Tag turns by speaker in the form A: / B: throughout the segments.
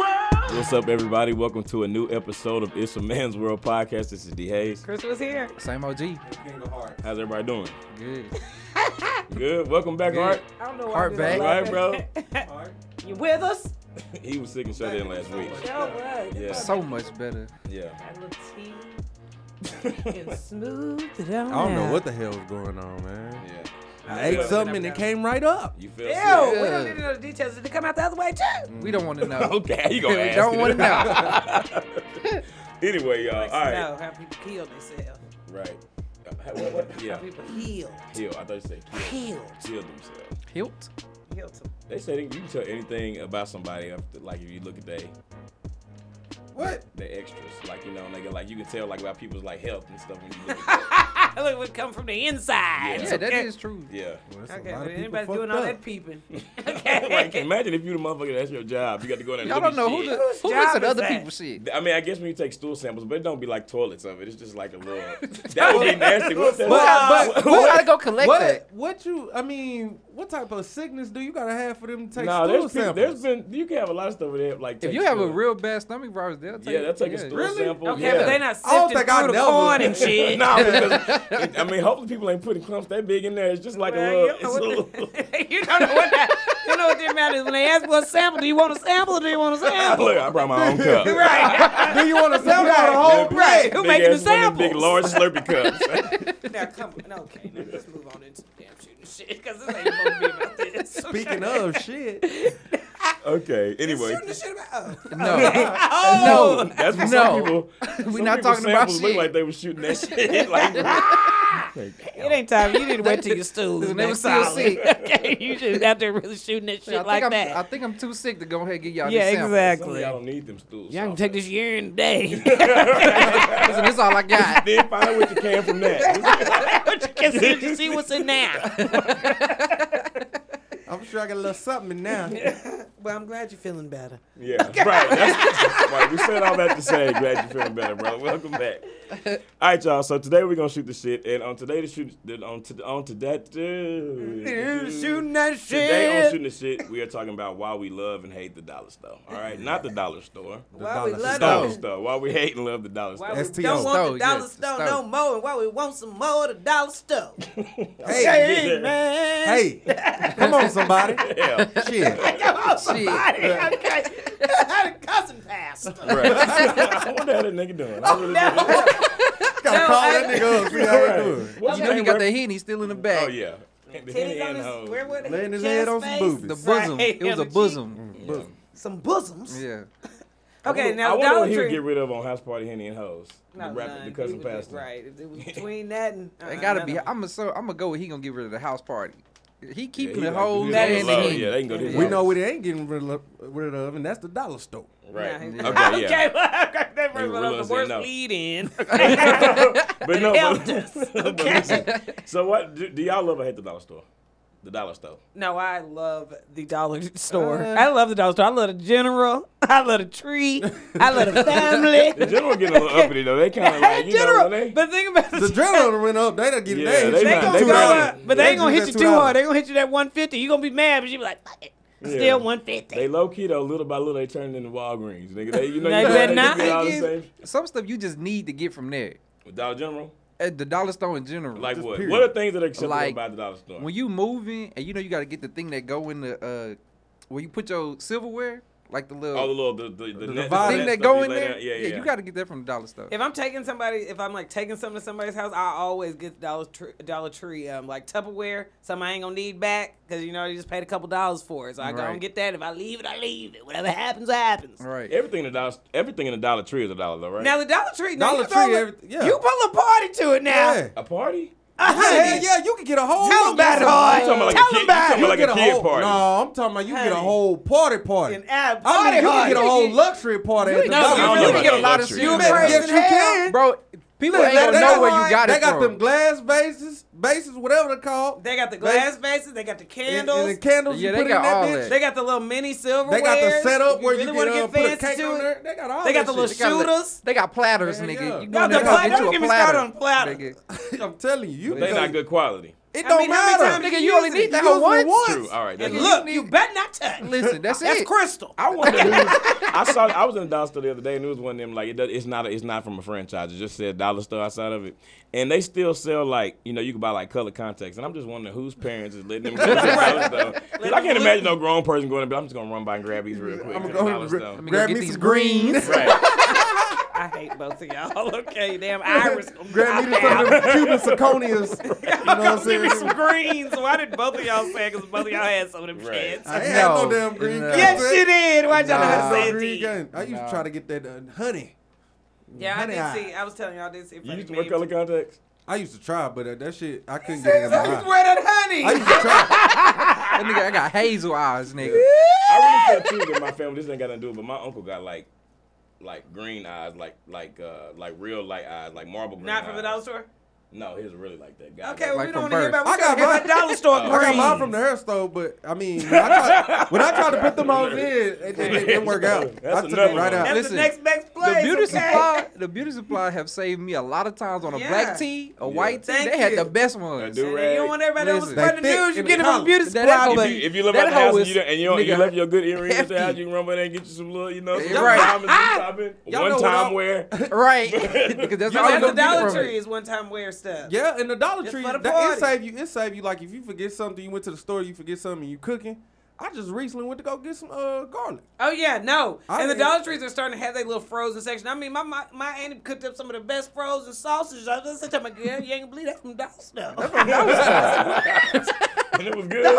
A: What's up, everybody? Welcome to a new episode of It's a Man's World podcast. This is D Hayes.
B: Chris was here.
C: Same OG.
A: How's everybody doing?
C: Good.
A: Good. Welcome back,
C: Good.
A: Art.
B: I don't know
C: Heart
B: why.
C: back.
A: Right, bro?
B: You with us?
A: He was sick and shut in last week.
B: Yo, bud.
A: Yeah.
B: So
C: So much better.
A: Yeah.
B: that little tea and smoothed it on
D: I don't know
B: out.
D: what the hell was going on, man.
A: Yeah.
D: I ate
A: feel-
D: something and it came right up.
A: You
B: Ew,
A: feel sick?
B: we don't need to know the details. Did it come out the other way too?
C: We don't want to know.
A: Okay, you gonna
C: We
A: ask
C: don't
A: it.
C: wanna
A: anyway, y'all.
B: Like,
A: all right.
B: No, how people kill themselves.
A: Right. Uh, what- what-
B: How
A: Yeah.
B: people heal.
A: Heal. I thought you said kill.
B: Healed.
A: Kill themselves.
C: Hilt.
B: Healed them.
A: They say you can tell anything about somebody after, like if you look at they
D: What?
A: the extras, like you know, and they get like you can tell like about people's like health and stuff when you look. At
B: Look what come from the inside.
A: Yeah.
C: Yeah, that
B: Okay.
C: is true.
A: yeah.
B: Okay, so anybody's doing all that peeping.
A: like,
B: Okay.
A: imagine if you the motherfucker that's your job. You got to go in there.
C: Y'all
A: and
C: don't know
A: look
C: who
A: at
C: the,
B: Whose
C: who
B: job
C: looks at
B: is
C: other
B: that?
C: people's shit.
A: shit. I mean, I guess when you take stool samples, but it don't be like toilets of it. It's just like a little. That would be nasty. What's that?
D: But- but-
C: Who gotta go collect
D: What?
C: that?
D: What you? I mean, what type of sickness do you gotta have for them to take
A: no,
D: stool
A: there's, people, there's
D: samples?
A: been you can have a lot of stuff with it. Like
C: If
A: take
C: you have a
A: stool.
C: real bad stomach virus, they'll take
A: yeah, that's like a stool sample.
B: Okay,
A: yeah.
B: but they not
D: I don't
B: sifting
D: think I
B: through the
D: never-
B: corn and shit.
A: No, because I mean, hopefully people ain't putting clumps that big in there. It's just like
B: Well,
A: a
B: you
A: little.
B: know
A: It's a
B: what
A: little
B: the- you don't know what that, you know what the amount is when they ask for a sample. Do you want a sample or do you want a sample?
A: Look, I brought my own cup.
B: right,
D: do you want to sample out a whole
B: Right.
D: plate?
B: Right. Who
A: Big
B: making the
A: ass one of them Big
B: samples?
A: large Slurpee cups.
B: now come on. Okay, now let's move on into the damn shooting shit because this ain't supposed to be about this.
D: Speaking of shit,
A: okay. Anyway,
B: shooting the shit about. Oh,
C: No,
B: oh.
C: no.
A: that's what some
C: No.
A: people. some
C: not
A: people's
C: talking about
A: samples Look
C: shit.
A: like they were shooting that shit. Like,
B: it ain't time. You need to wait till your stool is
C: They were
B: next
C: still
B: solid.
C: sick.
B: okay, you just out there really shooting that shit
C: I think,
B: like
C: I'm,
B: that.
C: I think I'm too sick to go ahead and get y'all
B: yeah,
C: this sample.
A: some of
B: exactly.
A: y'all don't need them stools.
B: Y'all can
A: y'all.
B: take this urine today.
C: Listen, this all I got.
A: Then find out what you can from that.
B: Consider to see what's in there.
D: I'm sure I got a little something in now.
B: Well, I'm glad you're feeling better.
A: yeah, right. That's, right. We said all that to say, glad you're feeling better, bro. Welcome back. All right, y'all. So today we're gonna shoot the shit, and on today to shoot on to on to that.
B: Shooting that shit.
A: Today on shooting the shit, we are talking about why we love and hate the dollar store. All right, not the dollar store.
B: Why we
D: dollar
B: love
D: store.
A: dollar
B: it?
D: No.
A: store. Why we hate and love the dollar
B: Why
A: store.
B: we
D: STO.
B: don't want the
C: Stove, yeah,
B: dollar store no
C: stove.
B: more, and why we want some more of the dollar store.
D: Hey,
A: Yeah.
B: man.
D: hey, come on, somebody.
A: Yeah.
D: Shit.
B: Come on,
C: Shit.
B: somebody. Okay. How the cousin passed.
A: Right. I wonder how that nigga doing.
B: Oh,
A: I really do.
D: Gotta call that
B: I-
D: nigga up. See how he doing.
A: What
C: You know he got
A: rep-
C: that hen, he's still in the back.
A: Oh yeah. The henny
B: Titties
A: and
B: on
A: hoes.
B: his, where were they?
D: Laying his
B: Chin
D: head on some
B: face?
D: boobs.
C: The bosom.
B: Right,
C: It was
B: on the
C: a
B: cheek.
C: bosom.
D: Boom.
B: Some bosoms.
C: Yeah.
B: Okay,
A: I
B: now
A: wonder
B: Dollar
A: what he would
B: Tree.
A: get rid of on house party henny and hoes.
B: No,
A: the, rap,
B: none.
A: the
B: He
A: cousin
B: would-
A: pastor.
B: Right. If It was between that and. uh,
C: It gotta be.
B: none of
C: I'm so. I'm gonna go. with He gonna get rid of the house party. He
A: Yeah,
C: keeping
A: he
C: the
A: like,
C: whole
A: dude,
B: that
A: they
B: is
C: and
A: love,
C: the
A: Yeah,
C: hen.
A: they can go to his
D: We
A: house.
D: know what it ain't getting rid of, rid of, and that's the dollar store.
A: Right.
B: Nah, he-
A: Okay, yeah.
B: Okay, well, okay, that
A: He
B: brings one up
A: realized
B: the
A: they
B: worst
A: know.
B: lead in.
A: But no,
B: helped
A: but,
B: us.
A: but
B: Okay.
A: listen, so what do, do y'all love or hate the dollar store? The dollar store.
B: No, I love the dollar store. I love the dollar store. I love the general. I love the tree. I love the
A: The
B: family.
A: general getting a little uppity though. They kind of like you
B: general,
A: know when they.
B: but think about
D: The
B: it.
D: adrenaline went up. They done get
A: Yeah, they
D: they,
B: They
A: might-
B: gonna
A: too
B: go
A: hard.
B: up, but they ain't gonna
D: do
B: hit
D: that
B: you
D: too
B: too hard.
D: hard.
B: They gonna hit you that 150. You gonna be mad, but you be like, fuck it.
A: Yeah.
B: Still 150.
A: They low key though, little by little, they turned into Walgreens, nigga. They, you know,
B: They
A: you know,
B: better
A: they
B: not.
A: get all the
C: You-
A: same.
C: Some stuff you just need to get from there.
A: Dollar General,
C: At the dollar store in general.
A: like
D: Just
A: what?
D: period.
A: What are things that are acceptable
C: Like,
A: about the dollar store?
C: when you moving and you know you got to get the thing that go in the uh where you put your silverware like the little,
A: all the little the the, the,
D: The
A: net-
D: dividing
A: net
C: thing that
A: stuff
C: go
A: you
C: in
A: lay
C: there
A: down. Yeah, yeah.
C: you got to get that from the dollar store
B: If I'm taking somebody, if I'm like taking something to somebody's house, I always get the Dollar Tree, Dollar Tree um, like Tupperware, something I ain't gonna need back because you know you just paid a couple dollars for it. So I go
C: Right.
B: and get that. If I leave it, I leave it. Whatever happens, happens.
C: right
A: everything in the dollar everything in the Dollar Tree is a dollar though, right?
B: Now the Dollar Tree, now
D: Dollar
B: you throw
D: Tree,
B: a-
D: everyth- yeah.
B: you pull a party to it now.
D: Yeah.
A: a party?
B: A
D: Yeah,
B: honey.
D: yeah, you can get a whole.
B: Tell 'em about it, hard.
A: You talking about like
B: Tell
A: a kid,
B: 'em
A: you
B: about it.
A: talking about like
D: get
A: a kid
D: whole,
A: party?
D: No, I'm talking about you get a
B: Honey.
D: whole party party.
B: An ab-
D: I
B: party
D: mean, you can get a
B: party.
D: whole luxury party at the
B: No,
D: dollar
B: you
D: store.
B: really
A: about
B: get a
A: no
C: lot of
A: luxury.
C: shit.
B: You
C: Man,
B: fresh
D: yes,
B: as
D: you
B: hell.
D: can.
C: bro people
D: Look,
C: ain't gonna know where you got
D: they
C: it
D: got
C: from
D: them glass vases, bases, whatever they're called.
B: They got the
D: Bas-
B: glass vases. They got the
D: and,
B: candles.
D: and the candles
C: Yeah,
D: you
C: they
D: put in
C: got
D: that
C: all
D: bitch.
C: that.
B: they got the little mini silverware.
D: They got the setup where you,
B: really
D: can
B: wanna
D: uh, put a
B: fancy
D: cake
B: to
D: on
B: it.
D: there. They got all
B: They got
D: that
B: the little
D: shit.
C: got li-
B: shooters.
C: they got platters
D: Hell
C: nigga
D: yeah.
C: you
B: Got
C: going
B: the
C: there
B: platter.
C: get
B: Don't
C: you
B: get
C: a
B: me started on
C: platter
B: platter.
C: nigga.
D: I'm telling you, you
A: They
D: know-
A: not good quality.
D: It
B: I
D: don't
B: mean, how many
D: matter.
B: times
C: Nigga,
B: She
C: you only
B: used
C: need
B: it.
C: that
D: You
C: hoe
D: used
C: once.
D: it once.
C: True. All right. That's
B: And
C: it.
B: look, you better not touch.
C: listen, that's,
B: That's
C: it.
B: crystal.
A: I wonder. who- I saw. I was in the dollar store the other day, and it was one of them like it does, it's not. A, it's not from a franchise. It just said dollar store outside of it, and they still sell like you know you can buy like color contacts, and I'm just wondering whose parents is letting them go to the dollar store. 'Cause I can't imagine no grown person going. to be, I'm just gonna run by and grab these real quick.
D: I'm
A: at the
D: gonna
A: dollar
D: go
A: store."
D: grab,
C: me go
D: grab
C: get
D: me
C: these
D: some greens.
A: Right.
B: I hate both of y'all. Okay, damn Iris.
D: grab me some of them Cuban zirconias. You know what I'm
B: Give me
D: saying?
B: some greens. Why did both of y'all say? Because both of y'all had some of them
A: Right.
B: shits.
D: I ain't had no
C: No,
D: damn green
C: no.
D: cane.
B: Yes, you did. Why y'all
D: I
B: not
D: had no
B: say
D: green
B: it?
D: cane. I used to
C: Nah.
D: try to get that uh, honey.
B: Yeah, I
D: Honey, I-
B: did see. I was telling y'all this.
A: You used to wear color contacts.
D: I used to try, but uh, that shit I couldn't get it in
B: I
D: my
B: just
D: eye.
B: wear that honey.
D: I used to try.
C: That nigga, I got hazel eyes, nigga.
A: I really feel too that my family. This ain't got nothing to do. with it, But my uncle got like, like green eyes, like like uh like real light eyes, like marble green.
B: not from the
A: eyes.
B: dollar store.
A: No, his really like that guy.
B: Okay, well,
C: Like
B: we don't want
C: from
B: to hear
C: birth.
B: about. We
D: I got
B: got hear about
D: mine-
B: dollar store
A: I
D: I got mine
B: greens.
D: from the hair store, but I mean, when I tried, when I tried to put them on in, it, it didn't work out.
A: That's
D: I took
A: another
D: them right
A: one.
D: out.
B: That's
C: Listen,
B: the next best place.
C: The beauty
B: okay?
C: supply, the beauty supply have saved me a lot of times on a
B: Yeah.
C: black tee, a white tee.
B: Thank
C: they had
B: you.
C: the best ones.
A: do
B: And then you don't want everybody else to
C: Listen,
B: spread the
D: they thick
B: news. You
D: in
B: get them
D: the
B: from
D: collar.
B: beauty
C: That-
B: supply.
C: that hoe
B: but-
A: If you, if you live
C: That
A: out the house
C: hoe
A: and you,
C: is
A: don't- and you, don't- you
C: nigga
A: left your good earrings at the
C: hefty.
A: house, you can run by there and get you some little, you know, some
C: Yeah, right.
A: diamonds,
B: I-
A: some popping,
D: y'all
A: one
D: know what
A: time
D: I-
A: wear.
C: Right. because that's
D: You
B: That's
C: all you
D: know,
C: gonna
B: the Dollar
C: get from
B: Tree
C: it.
B: is one time wear stuff.
D: Yeah, and the Dollar
B: Just
D: Tree,
B: for the
D: that, it
B: party.
D: save you. It save you like if you forget something, you went to the store, you forget something, you cooking. I just recently went to go get some uh, garlic.
B: Oh yeah, no.
D: I
B: and the
D: ain't-
B: Dollar Trees are starting to have their little frozen section. I mean, my my, my auntie cooked up some of the best frozen sausages. I was such a girl. You ain't gonna believe that's from Dollar Stuff.
A: and it was good.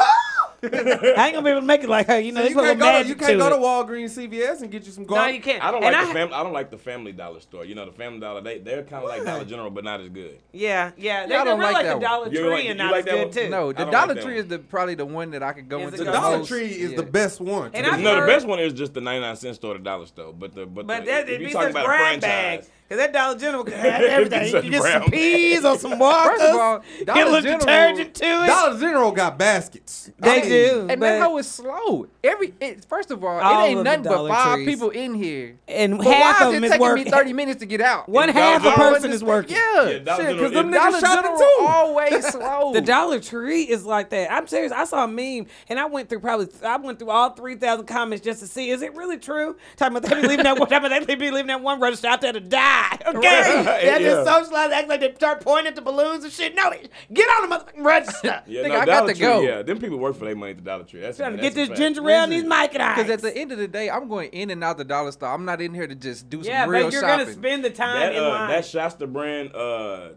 B: I ain't gonna be able to make it like her. You know,
D: you
B: there's a little
D: can't, go to,
B: magic
D: you can't
B: to
D: go to
B: it.
D: Walgreens, CVS, and get you some
B: No,
D: garlic.
B: you can't.
A: I don't
B: And
A: like the
B: ha-
A: fam- I don't like the Family Dollar store. You know, the Family Dollar they they're kind of like Dollar General, but not as good.
B: Yeah, yeah. They
C: Y'all
B: don't
C: don't
B: really like
C: like that
B: the
C: one.
B: Dollar
A: You
B: Tree
A: like-
B: and
A: you
B: not
A: like
B: as
A: that
B: good
A: one?
B: too.
C: No, the
A: I don't
C: Dollar
A: like that
C: Tree
A: one.
C: is the, probably the one that I could go
B: Is
C: into.
B: it
D: The
C: the
D: Dollar
C: most-
D: Tree is
C: yeah.
D: the best one.
B: And
D: to
B: I-
D: me.
A: No,
B: heard-
A: the best one is just the 99 cent store, the Dollar store. But the but,
B: But
A: the,
B: that
A: if
B: it'd
A: you
B: be
A: talking about
B: such
A: a
B: brown bag.
A: franchise,
B: Cause that Dollar General could have
A: It'd be
B: everything. You
A: such
B: could get
A: brown bag.
B: some peas or some markers.
C: First of all,
B: get a
C: Dollar
B: little
C: General,
B: detergent to it.
D: Dollar General got baskets.
B: They
D: I mean,
B: do.
C: and
B: but-
C: that hoe is slow. Every it, first of
B: All
C: all, it
B: of
C: ain't
B: the
C: nothing but
B: Dollar
C: five
B: Trees.
C: people in here.
B: and
C: But
B: half
C: why
B: of
C: is
B: them
C: it
B: is
C: taking
B: working.
C: me thirty minutes to get out?
B: One
A: Dollar
B: half a
A: General-
B: person is working.
C: Yeah,
A: Yeah,
C: yeah
A: Dollar
C: shit,
A: General-
C: because them
A: Dollar
C: niggas shopping
D: General
C: too. Always slow.
B: The Dollar Tree is like that. I'm serious. I saw a meme, and I went through probably I went through all three thousand comments just to see is it really true. Talking about they be leaving that one, talking about they be leaving that one register out there to die. Okay,
A: Right.
B: they
A: Yeah.
B: just socialize, act like they start pointing at the balloons and shit. No, they- get on the motherfucking register.
A: yeah,
C: Nigga,
A: no,
C: I got
A: Dollar
C: to
A: Tree,
C: go.
A: Yeah, them people work for their money at the Dollar Tree. That's
B: Trying to
A: that's
B: get
A: a
B: this
A: fact.
B: ginger ale and these Mike and
C: Because at the end of the day, I'm going in and out the dollar store. I'm not in here to just do some
B: yeah,
C: real
B: but you're
C: shopping.
B: gonna spend the time
A: That
B: in
A: uh,
B: line.
A: that Shasta brand uh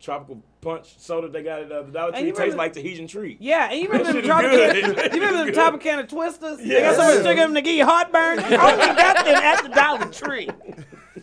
A: tropical punch soda they got at uh, the Dollar Tree
B: you
A: tastes
B: remember-
A: like Tahitian tree.
B: yeah, and you remember
A: shit
B: the
A: is
B: top, you
A: good.
B: remember the
A: Good.
B: top can of Twisters? They
A: Yes.
B: got so much sugar in them to get you heartburn. You only got them at the Dollar Tree,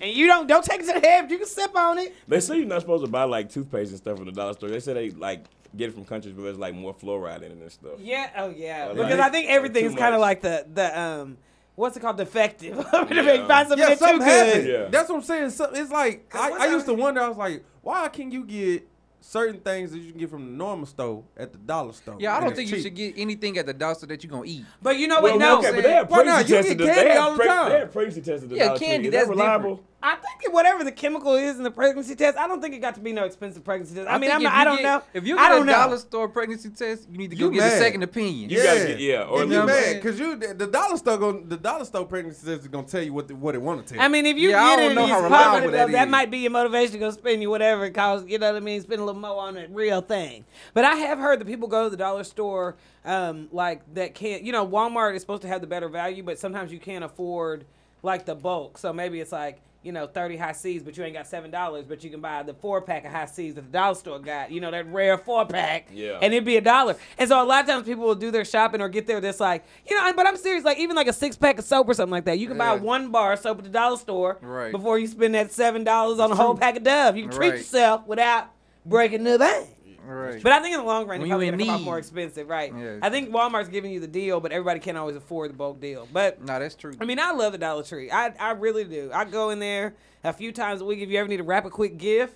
B: and you don't don't take it to the head. You can sip on it.
A: They say you're not supposed to buy like toothpaste and stuff from the dollar store. They say they like get it from countries where there's like more fluoride in it and stuff.
B: Yeah. Oh, yeah.
A: Or
B: because
A: like-
B: I think
A: or
B: everything
A: too
B: is kind of
A: much.
B: like the the um, what's it called, defective. If you
A: Yeah.
B: Find something
D: Yeah,
B: that's too
D: something
B: good.
D: happened.
A: Yeah.
D: That's what I'm saying. So, it's like
B: Cause
D: I,
B: one
D: I used to
B: time-
D: wonder. I was like, why can you get certain things that you can get from the normal store at the dollar store?
C: yeah, I
D: and
C: don't
D: it's
C: think you
D: cheap?
C: should get anything at the dollar store that you're gonna eat.
B: But you know
A: Well,
B: what? No,
A: okay, but they have
D: Why
A: pregnancy
D: not? You
A: tested.
D: get
A: the-
D: candy
A: they
D: all
A: have
D: the
A: pre-
D: time.
A: they have pregnancy tested. the
C: Yeah,
A: Dollar Tree.
C: candy,
A: Is that
C: that's
A: reliable?
C: different.
B: I think that whatever the chemical is in the pregnancy test, I don't think it got to be no expensive pregnancy test. I, mean,
C: think
B: I'm
C: if
B: not,
C: you
B: I don't
C: get-
B: know.
C: If you
B: I
C: get
B: don't
C: a
B: know.
C: dollar store pregnancy test, you need to go
D: You
C: get
D: mad.
C: a second opinion.
A: You gotta get- yeah, or
C: at
D: Then you
C: least-
D: mad because you the, the dollar store going the dollar store pregnancy test is gonna tell you what the, what it want to tell.
B: I
D: you.
B: mean, if you
C: Yeah,
B: get
C: I don't
B: in
C: know
B: these
C: how
B: poverty
C: reliable that
B: that, that
C: is.
B: might be your motivation to go spend you whatever it costs. You know what I mean? Spend a little more on that real thing. But I have heard that people go to the dollar store, um, like that can't. You know, Walmart is supposed to have the better value, but sometimes you can't afford like the bulk. So maybe it's like you know thirty high C's, but you ain't got seven dollars, but you can buy the four pack of high C's that the dollar store got. You know that rare four pack.
A: Yeah.
B: And it'd be a dollar. And so a lot of times people will do their shopping or get there that's like you know. But I'm serious. Like even like a six pack of soap or something like that. You can buy
C: Yeah.
B: one bar of soap at the dollar store
C: Right.
B: before you spend that seven dollars on a whole pack of Dove. You can treat
C: Right.
B: yourself without breaking the bank.
C: Right.
B: But I think in the long run, it's
C: When
B: probably
C: you in
B: gonna come out
C: need.
B: more expensive, right?
C: Yeah.
B: I think Walmart's giving you the deal, but everybody can't always afford the bulk deal. But
C: no, that's true.
B: I mean, I love the Dollar Tree. I I really do. I go in there a few times a week. If you ever need a wrap a quick gift,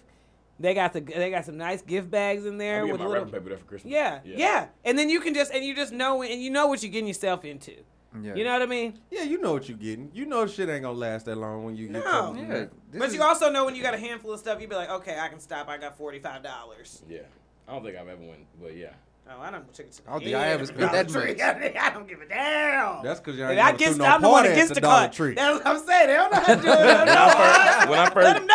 B: they got the they got some nice gift bags in
A: I
B: there
A: get
B: with
A: Oh, my
B: little.
A: wrapping paper there for Christmas.
B: Yeah, yeah, and then you can just and you just know and you know what you're getting yourself into.
C: Yeah.
B: You know what I mean?
D: yeah, you know what you getting. You know shit ain't gonna last that long when you get.
B: No.
D: something.
C: yeah, this
B: but
C: is-
B: you also know when you got a handful of stuff, you'd be like, okay, I can stop. I got forty five dollars.
A: Yeah. I don't think I've ever went, but yeah.
B: Oh, I don't took it to the
C: I don't think I ever
B: end.
C: spent that
B: Dollar Tree, I don't give a damn.
D: That's because y'all
B: And
D: ain't
B: I
D: never
B: guess
D: threw no
B: I'm the one
D: party at
B: against
D: the
B: the
D: Dollar
B: cut.
D: Tree.
B: That's what I'm saying. They don't know how to do it. They don't know how to-
A: When I
B: Let
A: first Oh,
B: them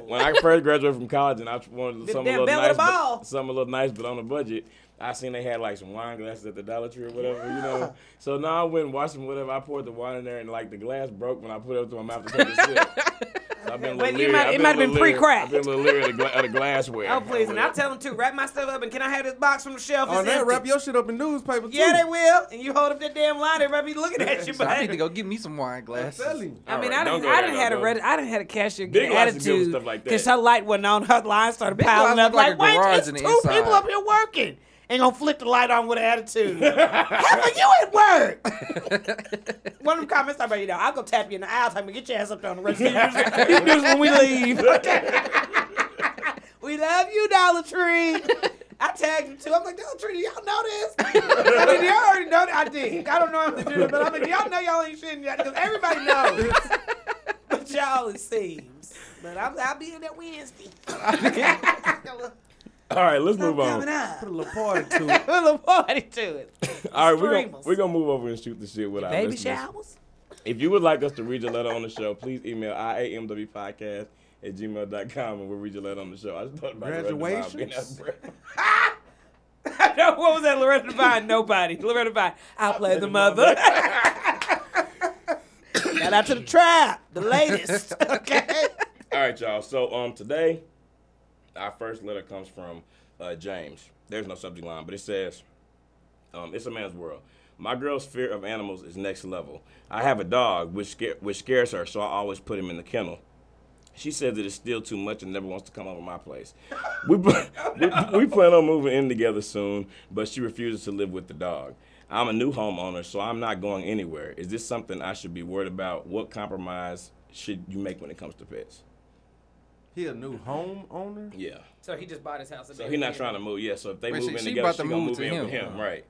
B: know.
A: when I first graduated from college and I wanted
B: Them
A: something a
B: damn
A: little
B: Bell
A: nice,
B: with a
A: but,
B: ball.
A: something a little nice, but on a budget. I seen they had like some wine glasses at the Dollar Tree or whatever, you know. So now I went and watched them, whatever. I poured the wine in there and like the glass broke when I put it up to my mouth to take a sip. So I've been a little
B: But you
A: leery-
B: might-
A: I've
B: it
A: been a
B: might have
A: little
B: been
A: leery-
B: pre-cracked.
A: I've been a little leery of the, gla- of the glassware.
B: Oh please, and I'll tell them too. Wrap my stuff up, and can I have this box from the shelf?
D: Oh,
B: It's
D: they
B: empty.
D: wrap your shit up in newspaper too.
B: yeah, they will. And you hold up that damn line, everybody be looking at you.
C: So
B: But
C: I need to go get me some wine
D: I'm
C: glasses.
D: telling you.
B: I mean,
A: All
B: I
A: right,
B: didn't,
A: don't go
B: I
A: there,
B: didn't had a
A: don't go
B: red,
A: there.
B: I didn't had a cashier get
A: Big
B: an
A: Lots is good with
B: attitude
A: stuff like that.
B: because her light wasn't on. Her line started
C: Lots
B: piling
C: look
B: up.
C: like
B: Like,
C: a
B: wait,
C: garage
B: there's
C: on
B: two
C: the
B: people
C: inside.
B: up here working. Ain't gonna flip the light on with an attitude. How are you at work? One of them comments talking about you know I'll go tap you in the aisle. Time to get your ass up there on the rest. of you do this when we leave. we love you, Dollar Tree. I tagged him too. I'm like, Dollar Tree, do y'all know this? I mean, y'all already know that I did. I don't know if they do it, but I mean, y'all know y'all ain't shitting yet because everybody knows. but y'all, it seems. But I'm, I'll be in that Wednesday.
A: All right, let's
B: I'm
A: move on.
B: coming up.
D: Put a little party to it.
B: Put a party to it.
A: All right, we're gonna,
B: Streamers.
A: we're gonna move over and shoot the shit with our
B: Baby
A: listeners.
B: showers.
A: If you would like us to read your letter on the show, please email iamwpodcast at gmail.com and we'll read your letter on the show. I just thought about Loretta Devine being
D: Graduations?
A: out of breath.
B: no, what was that, Loretta Devine? Nobody. Loretta Devine. I'll play the mother. Shout out to the trap, the latest. Okay.
A: All right, y'all. So um, today, our first letter comes from uh, James. There's no subject line, but it says, um, "It's a man's world." My girl's fear of animals is next level. I have a dog, which sca- which scares her, so I always put him in the kennel. She says that it's still too much and never wants to come over my place. We, pl- we, we plan on moving in together soon, but she refuses to live with the dog. I'm a new homeowner, so I'm not going anywhere. Is this something I should be worried about? What compromise should you make when it comes to pets?
D: He a new homeowner.
A: Yeah.
B: So he just bought his house.
A: So he's not trying to move. Yeah. So if they
C: Wait,
A: move
C: she-
A: in
C: she
A: together,
C: about
A: she
C: to
A: gonna
C: move
A: move
C: to
A: in
C: him.
A: with him, right?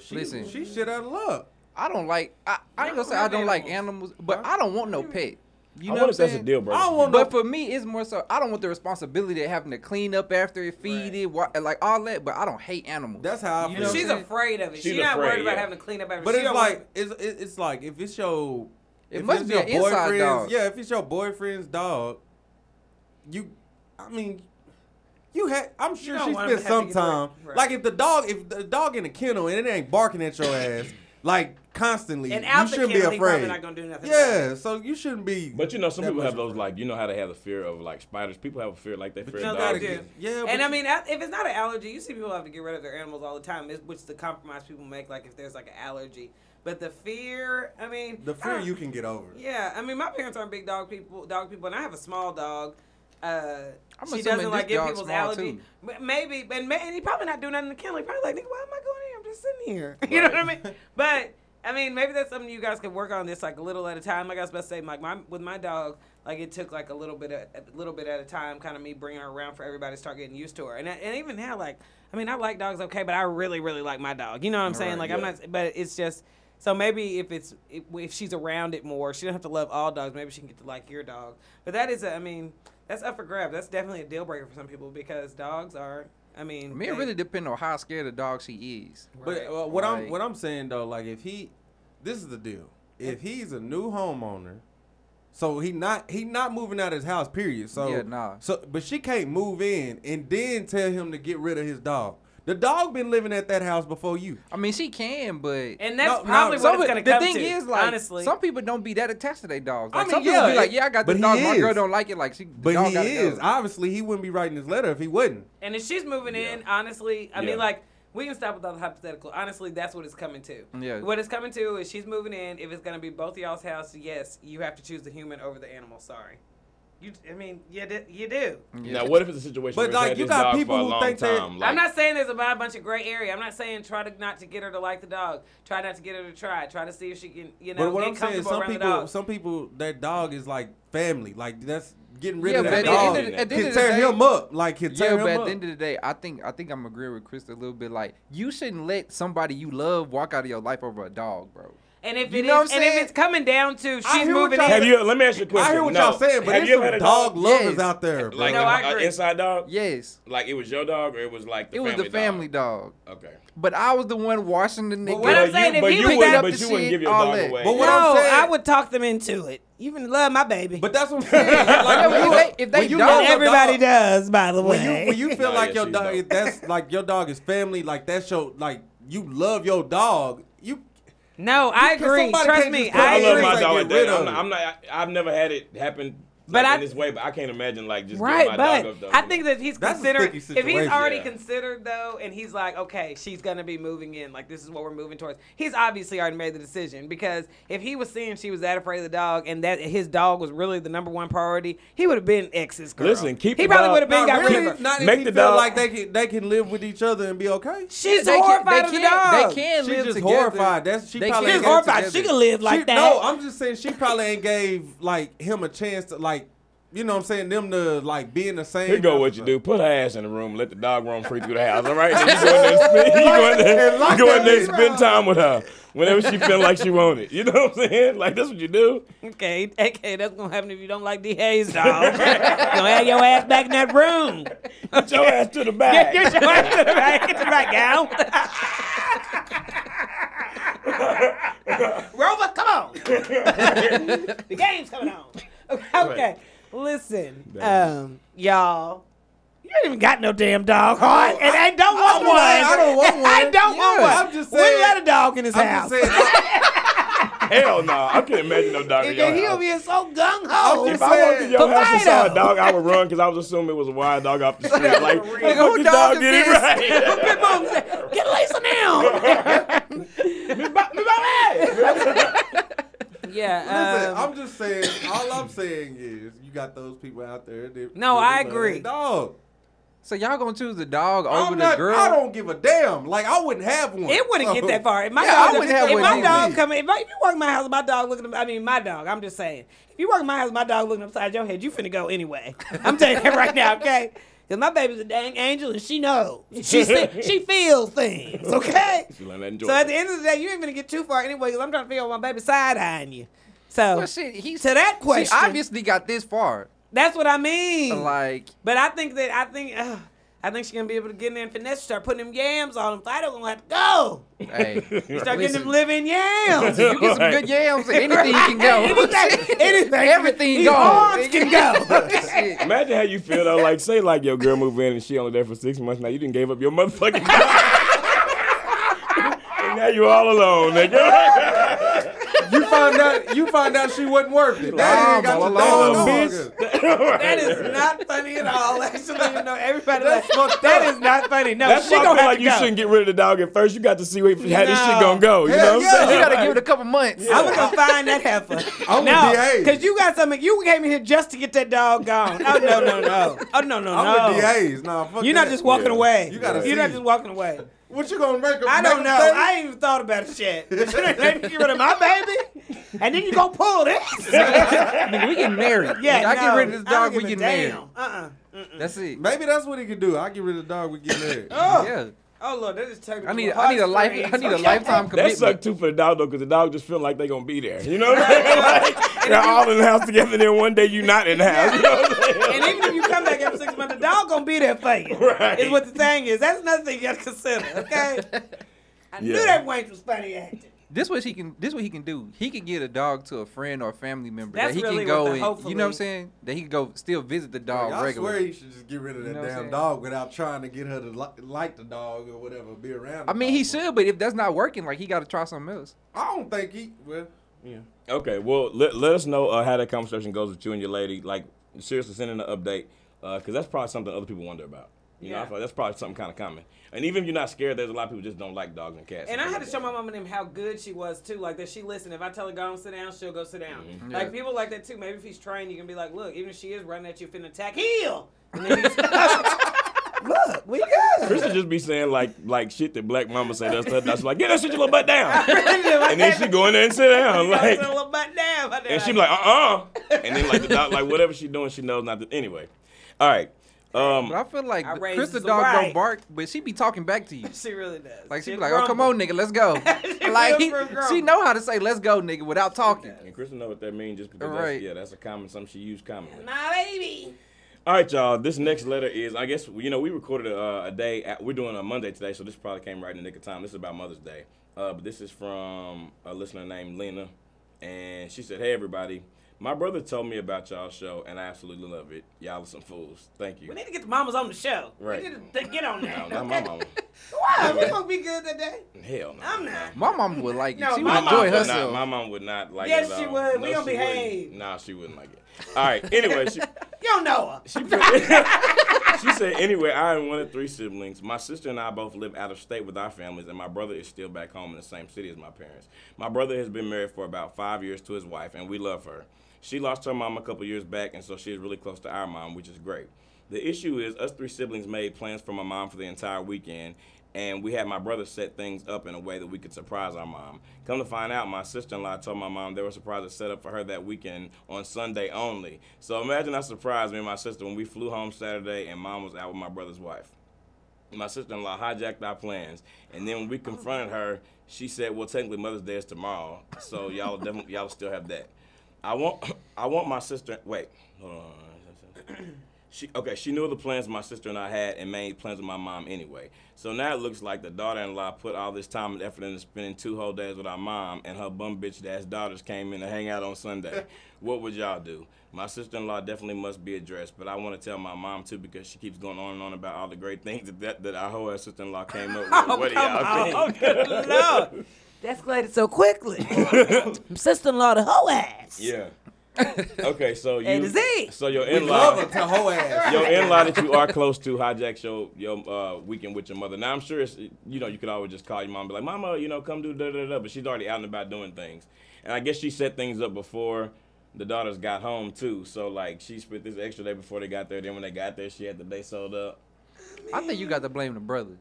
D: She,
C: Listen.
D: she shit out of love.
C: I don't like. I, I ain't gonna say I don't like animals, but I don't want no pet. You know
A: I
C: what
A: wonder
C: I'm
A: if that's
C: saying?
A: a deal breaker.
D: I don't want no
C: But for me, it's more so I don't want the responsibility of having to clean up after it, feed it, wa- like all that. But I don't hate animals.
D: That's how I
C: You
D: feel.
C: know
B: She's
C: what I'm saying?
B: afraid of it.
A: She's
B: She's, not worried
A: afraid,
B: about
A: yeah.
B: having to clean up everything.
D: But
B: She
D: it's
B: don't
D: like it's it- it's like if it's your
C: It
D: if
C: must
D: it's
C: be an inside dog.
D: yeah if it's your boyfriend's dog, you I mean you had I'm sure
B: don't
D: she
B: want
D: spent
B: him to have
D: some
B: to get
D: time
B: wet. Right.
D: like if the dog if the dog in the kennel and it ain't barking at your ass like constantly
B: And
D: you
B: out the
D: shouldn't
B: kennel,
D: be
B: he probably
D: afraid.
B: not gonna do nothing about
D: yeah, so you shouldn't be.
A: But you know, some
D: that
A: people
D: much
A: have those
D: afraid.
A: like you know how they have the fear of like spiders. People have a fear like they fear
B: No,
A: of dogs.
B: they do.
D: Yeah, but
B: and I
D: you-
B: mean, I- if it's not an allergy, you see people have to get rid of their animals all the time, it's- which the compromise people make, like if there's like an allergy. But the fear, I mean,
D: the
B: I
D: fear
B: don't-
D: you can get over.
B: Ah. Yeah, I mean, my parents aren't big dog people. Dog people, and I have a small dog. Uh,
C: I'm
B: she
C: assuming
B: doesn't like give
C: this dog's
B: people's
C: small,
B: allergy.
C: too.
B: But Maybe, and, ma- and he probably not doing nothing to kill. He probably like, nigga, why am I going here? I'm just sitting here. You know what I mean? But I mean, maybe that's something you guys could work on. This like a little at a time. Like I was about to say, like my with my dog, like it took like a little bit, at- a little bit at a time, kind of me bringing her around for everybody to start getting used to her. And I- and even now, like I mean, I like dogs okay, but I really really like my dog. You know what I'm saying?
A: Right,
B: like I'm
A: yeah.
B: not, but it's just. So maybe if it's if, if she's around it more, she don't have to love all dogs. Maybe she can get to like your dog. But that is, a, I mean, that's up for grabs. That's definitely a deal breaker for some people because dogs are. I mean,
C: Me, it
B: they-
C: really depend on how scared the dog she is.
B: Right.
D: But uh, what I'm
C: Right.
D: what I'm saying though, like if he, this is the deal. If he's a new homeowner, so he not he not moving out of his house. Period. So
C: Yeah, nah.
D: So but she can't move in and then tell him to get rid of his dog. The dog been living at that house before you.
C: I mean, she can, but
B: and that's
D: No, no,
B: probably what
C: Some
B: it's
C: of-
B: gonna
C: the
B: come
C: thing
B: to.
C: is, like,
B: honestly,
C: some people don't be that attached to their dogs.
D: I
C: Like,
D: mean,
C: some people
D: yeah,
C: be like, "Yeah, I got
D: but
C: the
D: he
C: dog. My
D: is.
C: girl don't like it. Like, she, the
D: But
C: dog
D: he
C: gotta
D: is
C: go.
D: obviously he wouldn't be writing this letter if he wouldn't.
B: and if she's moving in, honestly, I
A: Yeah.
B: mean, like. We can stop with all the hypothetical. Honestly, that's what it's coming to.
C: Yeah.
B: What it's coming to is she's moving in. If it's gonna be both of y'all's house, yes, you have to choose the human over the animal. Sorry, you. I mean, you do. You do.
A: Now, what if it's a situation
D: But,
A: where it's
D: like,
A: had
D: you
A: this
D: got
A: dog
D: people
A: for a
D: who
A: long
D: think that-
A: time?
B: I'm
A: like-
B: not saying there's a bu- bunch of gray area. I'm not saying try to not to get her to like the dog. Try not to get her to try. Try to see if she can, you know,
D: but what
B: get
D: I'm saying,
B: comfortable
D: some
B: around the
D: people
B: dog.
D: some people that dog is like family. Like that's getting rid
C: Yeah,
D: of
C: but
D: that
C: at the
D: dog.
C: end of the- at the
D: Can
C: end of the
D: tear
C: day-
D: him up. Like he'll tear
C: Yeah,
D: him
C: but at
D: up.
C: the end of the day, I think I think I'm agreeing with Chris a little bit. Like, you shouldn't let somebody you love walk out of your life over a dog, bro.
B: And if
C: You
B: it
C: know
B: is,
C: what I'm
B: and if
C: saying?
B: it's coming down to she's
D: hear what
B: moving
D: y'all
B: in,
A: Have you? Let me ask you a question.
D: I hear what
A: No.
D: y'all saying, but
A: have
D: there's
A: you
D: some
A: ever
D: dog,
A: had a dog?
D: lovers
C: Yes.
D: out there, bro.
A: Like
B: No,
A: a-
B: I
A: a
B: agree.
A: inside dog?
C: Yes.
A: Like it was your dog, or it was like the
C: It was the family dog.
A: dog. Okay.
C: But I was the one washing the nigga.
B: What
A: But
B: I'm
A: you-
B: saying, if
A: but
B: he
A: you
B: was
A: wouldn't,
B: up
A: but
C: to
A: you wouldn't
C: shit,
A: give your
C: all
A: dog
C: that.
A: away.
D: But what
B: no,
D: I'm saying-
B: I would talk them into it. Even love my baby.
D: But that's what I'm saying.
C: Yeah,
D: Like, when
C: but
D: you-
C: if they- if they
D: when you
C: don't,
D: know
B: and
D: your
B: everybody
D: dog-
B: does, by the
D: When
B: way.
D: you when you feel
A: No,
D: like
A: yeah,
D: your
A: she's
D: dog,
A: dope.
D: if that's like your dog is family. Like that's your like you love your dog. You
B: no, I
D: can't-
B: agree.
D: somebody
B: Trust
D: can't
B: me,
D: just put
B: I
A: I
D: all
A: love
D: of
B: agree.
A: my
D: Like,
A: dog
D: get
A: like
D: rid
A: that. I'm
D: of
A: not,
D: it.
A: I'm not. I- I've never had it happen.
B: But
A: like,
B: I-
A: in this way, but I can't imagine like just giving
B: Right,
A: my
B: but
A: dog up, though.
B: I think that he's
D: That's a
B: considered.
D: sticky
B: If he's
D: situation.
B: already
A: Yeah.
B: considered though, and he's like, okay, she's gonna be moving in. Like this is what we're moving towards. He's obviously already made the decision because if he was seeing she was that afraid of the dog, and that his dog was really the number one priority, he would have been ex's girl.
A: Listen, keep
B: He
A: the
B: probably
A: dog-
B: would have been
D: not
B: got
D: really,
B: rid of her.
D: not
A: Make
D: if you
A: the
D: feel
A: dog-
D: like they can they can live with each other and be okay.
B: She's
C: They can't-
B: horrified of
C: they
B: the
C: can't-
B: dog.
C: They can
D: She's
C: live
D: just
C: together.
D: horrified. That's she
C: They
D: probably
C: can't
B: She's
D: ain't
C: live
D: got
B: horrified.
C: together.
B: She can live like
D: She-
B: that.
D: No, I'm just saying she probably ain't gave like him a chance to like, you know, what I'm saying them to like be in the same.
A: Here go what you do. Put her ass in the room. Let the dog roam free through the house. All right. You go in there, and spend, you go in there,
D: And lock
A: you go in
D: that
A: there and
D: leash
A: spend
D: up.
A: time with her whenever she feel like she want it. You know what I'm saying? Like that's what you do.
B: Okay, okay, that's gonna happen if you don't like D Hayes, dog. you gonna have your ass back in that room.
A: Put your ass to the
B: Get,
A: back.
B: get your ass to the back, get the back out. Rover, come on. the game's coming on. Okay, listen, um, y'all. You ain't even got no damn dog heart, and I don't want one.
D: I don't want one.
B: I don't want
D: Yeah,
B: one.
D: I'm just
B: we
D: saying-
B: let a dog in his
D: I'm
B: house.
D: just saying. I-
A: Hell no. I can't imagine no dog in
B: And
A: your
B: then
A: house.
B: he'll be so gung ho.
D: I'm
A: If I walked in your house and saw a
B: Provider.
A: dog, I would run because I was assuming it was a wild dog off the street. Like,
D: Who
A: like who
C: dog
A: dog
C: is
A: did it
C: this?
A: right?
B: Pit Bull said, Get Lisa now. yeah.
D: Listen,
B: um,
D: I'm just saying. All I'm saying is you got those people out there. That,
B: No, I
D: that love
B: agree.
D: that Dog.
C: So y'all gonna choose the dog over
D: I'm
C: the
D: not,
C: girl?
D: I don't give a damn. Like I wouldn't have one.
B: it wouldn't get
D: So-
B: that far. If my
C: Yeah, I
B: dog,
C: wouldn't have
B: if
C: one
B: my
C: either.
B: dog coming, if, I- if you walk in my house, my dog looking. up- I mean, my dog. I'm just saying. If you walk in my house, my dog looking upside your head, you finna go anyway. I'm telling you that right now, okay? Cause my baby's a dang angel and she knows. She se- she feels things, okay?
A: She learned that in
B: So
A: Georgia.
B: at the end of the day, you ain't gonna get too far anyway. Cause I'm trying to figure out why my baby side eyeing you. So
C: Well, Oh, shit, he,
B: to that
C: she
B: question,
C: obviously got this far.
B: that's what I mean.
C: Like,
B: But I think that I think uh, I think she's gonna be able to get in there and finesse. Start putting them yams on them. Fido gonna have to go.
C: hey, you
B: Start getting them
C: Listen.
B: living yams.
C: get some
A: Right.
C: good yams. Anything can go.
B: anything, anything.
C: Everything
B: These
C: gone.
B: arms can go.
C: Shit.
A: Imagine how you feel though. Like, say, like your girl moved in and she only there for six months. Now you didn't gave up your motherfucking dog. and now you all alone, nigga.
D: You find out. You find out she wasn't worth it.
C: Nah,
D: That ain't got
C: bro,
D: your
C: alone,
D: dog on.
A: bitch.
B: that is not funny at all. Actually, you know everybody.
D: That's
B: like,
D: fucked
B: that
D: up.
B: is not funny. No,
A: That's
B: she
A: why I
B: gonna
A: feel
B: have
A: like
B: to
A: you
B: go.
A: shouldn't get rid of the dog at first. You got to see where, how this
B: No.
A: shit gonna go. You
D: Hell
A: know what I'm
D: yeah.
A: saying?
C: you gotta
A: Like,
C: give it a couple months.
B: I'm gonna find that heifer.
D: I'm
B: no,
D: with DA.
B: because you got something. You came in here just to get that dog gone. Oh no, no, no. Oh no, no,
D: I'm
B: no.
D: with DAs. Nah, fuck
B: You're not
D: that.
B: just walking
A: Yeah.
B: away.
D: You gotta
B: You're not
D: see.
B: just walking away.
D: What you gonna make? 'em-
B: I don't
D: make 'em
B: know.
D: say
B: I ain't even thought about it yet. But you done made me get rid of my baby, and then you go pull this. yeah,
C: Nigga, we get married. Nigga, I get
B: no.
C: rid of this
B: I don't
C: dog. We
B: give a
C: get married.
B: damn. Uh uh
C: That's it.
D: Maybe that's what he could do. I get rid of the dog. We get married.
B: Oh,
C: Yeah.
B: oh Lord, that is terrible.
C: I need. I need a life. I need a lifetime
A: That
C: commitment.
A: sucked too for the dog though, because the dog just feel like they gonna be there. You know what I'm saying? Like, they're all in the house together, and then one day you not in the house. You know what I'm saying?
B: And even if you come back after six months, the dog gonna be there for you.
A: Right.
B: Is what the thing is. That's another thing you gotta consider. Okay. I knew
A: Yeah.
B: that Wayne was funny acting.
C: This what he can. This what he can do. He can get a dog to a friend or a family member
B: That's
C: that he
B: really
C: can go
B: what the
C: and. You
B: hopefully-
C: know what I'm saying? That he can go still visit the dog
D: I swear
C: regularly.
D: you should just get rid of that
C: You know what I'm
D: damn
C: saying?
D: dog without trying to get her to li- like the dog or whatever, be around. The
C: I mean, he
D: dog.
C: should, but if that's not working, like he got to try something else.
D: I don't think he. Well, yeah.
A: Okay, well, let, let us know uh, how that conversation goes with you and your lady. Like, seriously, send in an update because that's probably something other people wonder about. You know,
B: Yeah.
A: I feel like that's probably something kind of common. And even if you're not scared, there's a lot of people just don't like dogs and cats.
B: And I
A: stuff
B: had to
A: like
B: show
A: that.
B: my mom and them how good she was too. Like that she listened. If I tell her go and sit down, she'll go sit down. Like
A: Mm-hmm.
C: Yeah.
B: people like that too. Maybe if he's trained, you can be like, look, even if she is running at you, finna attack, heel. And then he's- look, we good.
A: Krista just be saying like like shit that black mama say. That's that. That's like get that shit your little butt down. And then she go in there and sit down like. "Uh-uh." And she be like, uh uh And then, like, the doc, like, whatever she doing, she knows not to. Anyway. All right. Um,
C: But I feel like
B: I raised
C: Chris the
B: some
C: dog
B: right.
C: don't bark, but she be talking back to you.
B: She really does.
C: Like she be
B: She'll
C: like, "Oh come
B: grumble.
C: on, nigga, let's go."
B: She will
C: like he,
B: from grumble.
C: she know how to say "let's go, nigga" without talking.
A: and Chris know what that means just because
C: Right.
A: that's, yeah, that's a common something she used commonly.
B: My baby.
A: All right, y'all. This next letter is, I guess, you know, we recorded a, uh, a day. At, we're doing a Monday today, so this probably came right in the nick of time. This is about Mother's Day. Uh, but this is from a listener named Lena, and she said, "Hey, everybody." My brother told me about y'all's show, and I absolutely love it. Y'all are some fools. Thank you.
B: We need to get the mamas on the show.
A: Right.
B: We need to th- get on
A: No,
B: that.
A: not my mama.
B: Why? We gonna be good today.
A: Hell no.
B: I'm not.
C: My mama would like it.
B: No,
C: she
B: my
C: would
B: mama
C: enjoy
A: would not-
C: herself.
A: my mom would not like
B: Yes,
A: it. at
B: she
A: all.
B: would. We
A: No, she
B: gonna
A: wouldn't.
B: behave.
A: Nah, she wouldn't like it. All right. Anyway, she.
B: You don't know her.
A: She, put- she said, anyway, I am one of three siblings. My sister and I both live out of state with our families, and my brother is still back home in the same city as my parents. My brother has been married for about five years to his wife, and we love her. She lost her mom a couple years back, and so she is really close to our mom, which is great. The issue is, us three siblings made plans for my mom for the entire weekend, and we had my brother set things up in a way that we could surprise our mom. Come to find out, my sister-in-law told my mom there was surprises set up for her that weekend on Sunday only. So imagine I surprised me and my sister when we flew home Saturday and mom was out with my brother's wife. My sister-in-law hijacked our plans, and then when we confronted her, she said, "Well, technically Mother's Day is tomorrow, so y'all definitely y'all still have that." I want I want my sister. Wait, hold on. She okay. She knew the plans my sister and I had, and made plans with my mom anyway. So now it looks like the daughter-in-law put all this time and effort into spending two whole days with our mom, and her bum bitch ass daughters came in to hang out on Sunday. what would y'all do? My sister-in-law definitely must be addressed, but I want to tell my mom too because she keeps going on and on about all the great things that that, that our whole ass sister-in-law came up with. what do y'all think?
B: Oh, good lord. Escalated so quickly. Sister in law, the hoe ass.
A: Yeah. okay, so you.
B: A to Z.
A: So your
D: We love her
A: in-law,
D: to whole ass.
A: your in-law that you are close to hijacks your your uh, weekend with your mother. Now I'm sure it's you know you could always just call your mom and be like, Mama, you know, come do da da da. But she's already out and about doing things, and I guess she set things up before the daughters got home too. So like she spent this extra day before they got there. Then when they got there, she had the day sold up.
C: I think you got to blame the brother,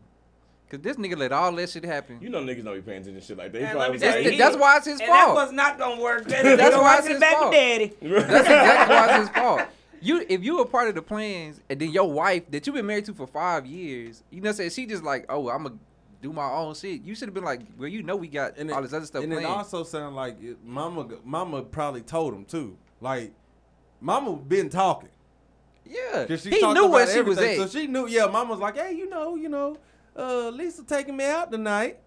C: cause this nigga let all that shit happen.
A: You know niggas don't be paying attention to shit like that. He
B: And let
A: probably
B: me
A: was
B: tell
A: like,
B: you,
C: That's- that's why it's his
B: and
C: fault.
B: That was not gonna work. That's,
C: That's why
B: why
C: it's his
B: back
C: fault.
B: to daddy.
C: That's exactly why it's his fault. You, if you were part of the plans, and then your wife that you've been married to for five years, you know, said she just like, oh, I'm gonna do my own shit. You should have been like, well, you know, we got
D: And it-
C: all this other stuff
D: And
C: planned.
D: it also sounded like it, mama, mama probably told him too. Like, mama been talking.
C: yeah,
D: 'Cause she
C: he
D: talked
C: knew where
D: about
C: she was at.
D: everything. So she knew, yeah, mama was like, hey, you know, you know, uh, Lisa taking me out tonight.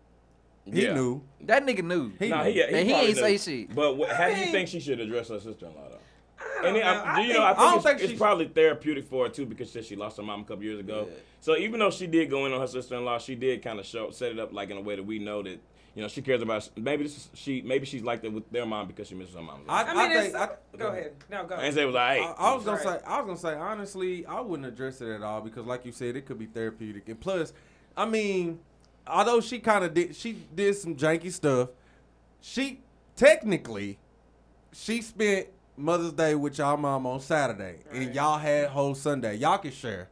D: He
A: Yeah.
D: knew.
C: that nigga knew.
D: He
A: Nah,
D: knew.
A: he, he,
C: And he
A: probably
C: ain't
A: knew.
C: say shit.
A: But what, how do
B: mean-
A: you think she should address her sister-in-law though?
B: I
A: And
B: don't
A: it,
B: know. I
A: I, do you
B: think-
A: know, I
D: I
A: think,
D: don't
A: it's,
D: think
A: it's
D: she-
A: probably therapeutic for her too because since she lost her mom a couple years ago. So even though she did go in on her sister-in-law, she did kind of show set it up like in a way that we know that you know she cares about. Maybe this is, she maybe she's like that with their mom because she misses her mom.
D: I-
A: I,
B: I
D: I
B: mean, it's,
D: think- I-
B: go ahead. No, go.
A: and say it was like, hey,
D: I, I was gonna
B: Right.
D: say, I was gonna say, honestly, I wouldn't address it at all because, like you said, it could be therapeutic. And plus, I mean, although she kind of did, she did some janky stuff. She technically, she spent Mother's Day with y'all mom on Saturday, and y'all had whole Sunday. Y'all can share.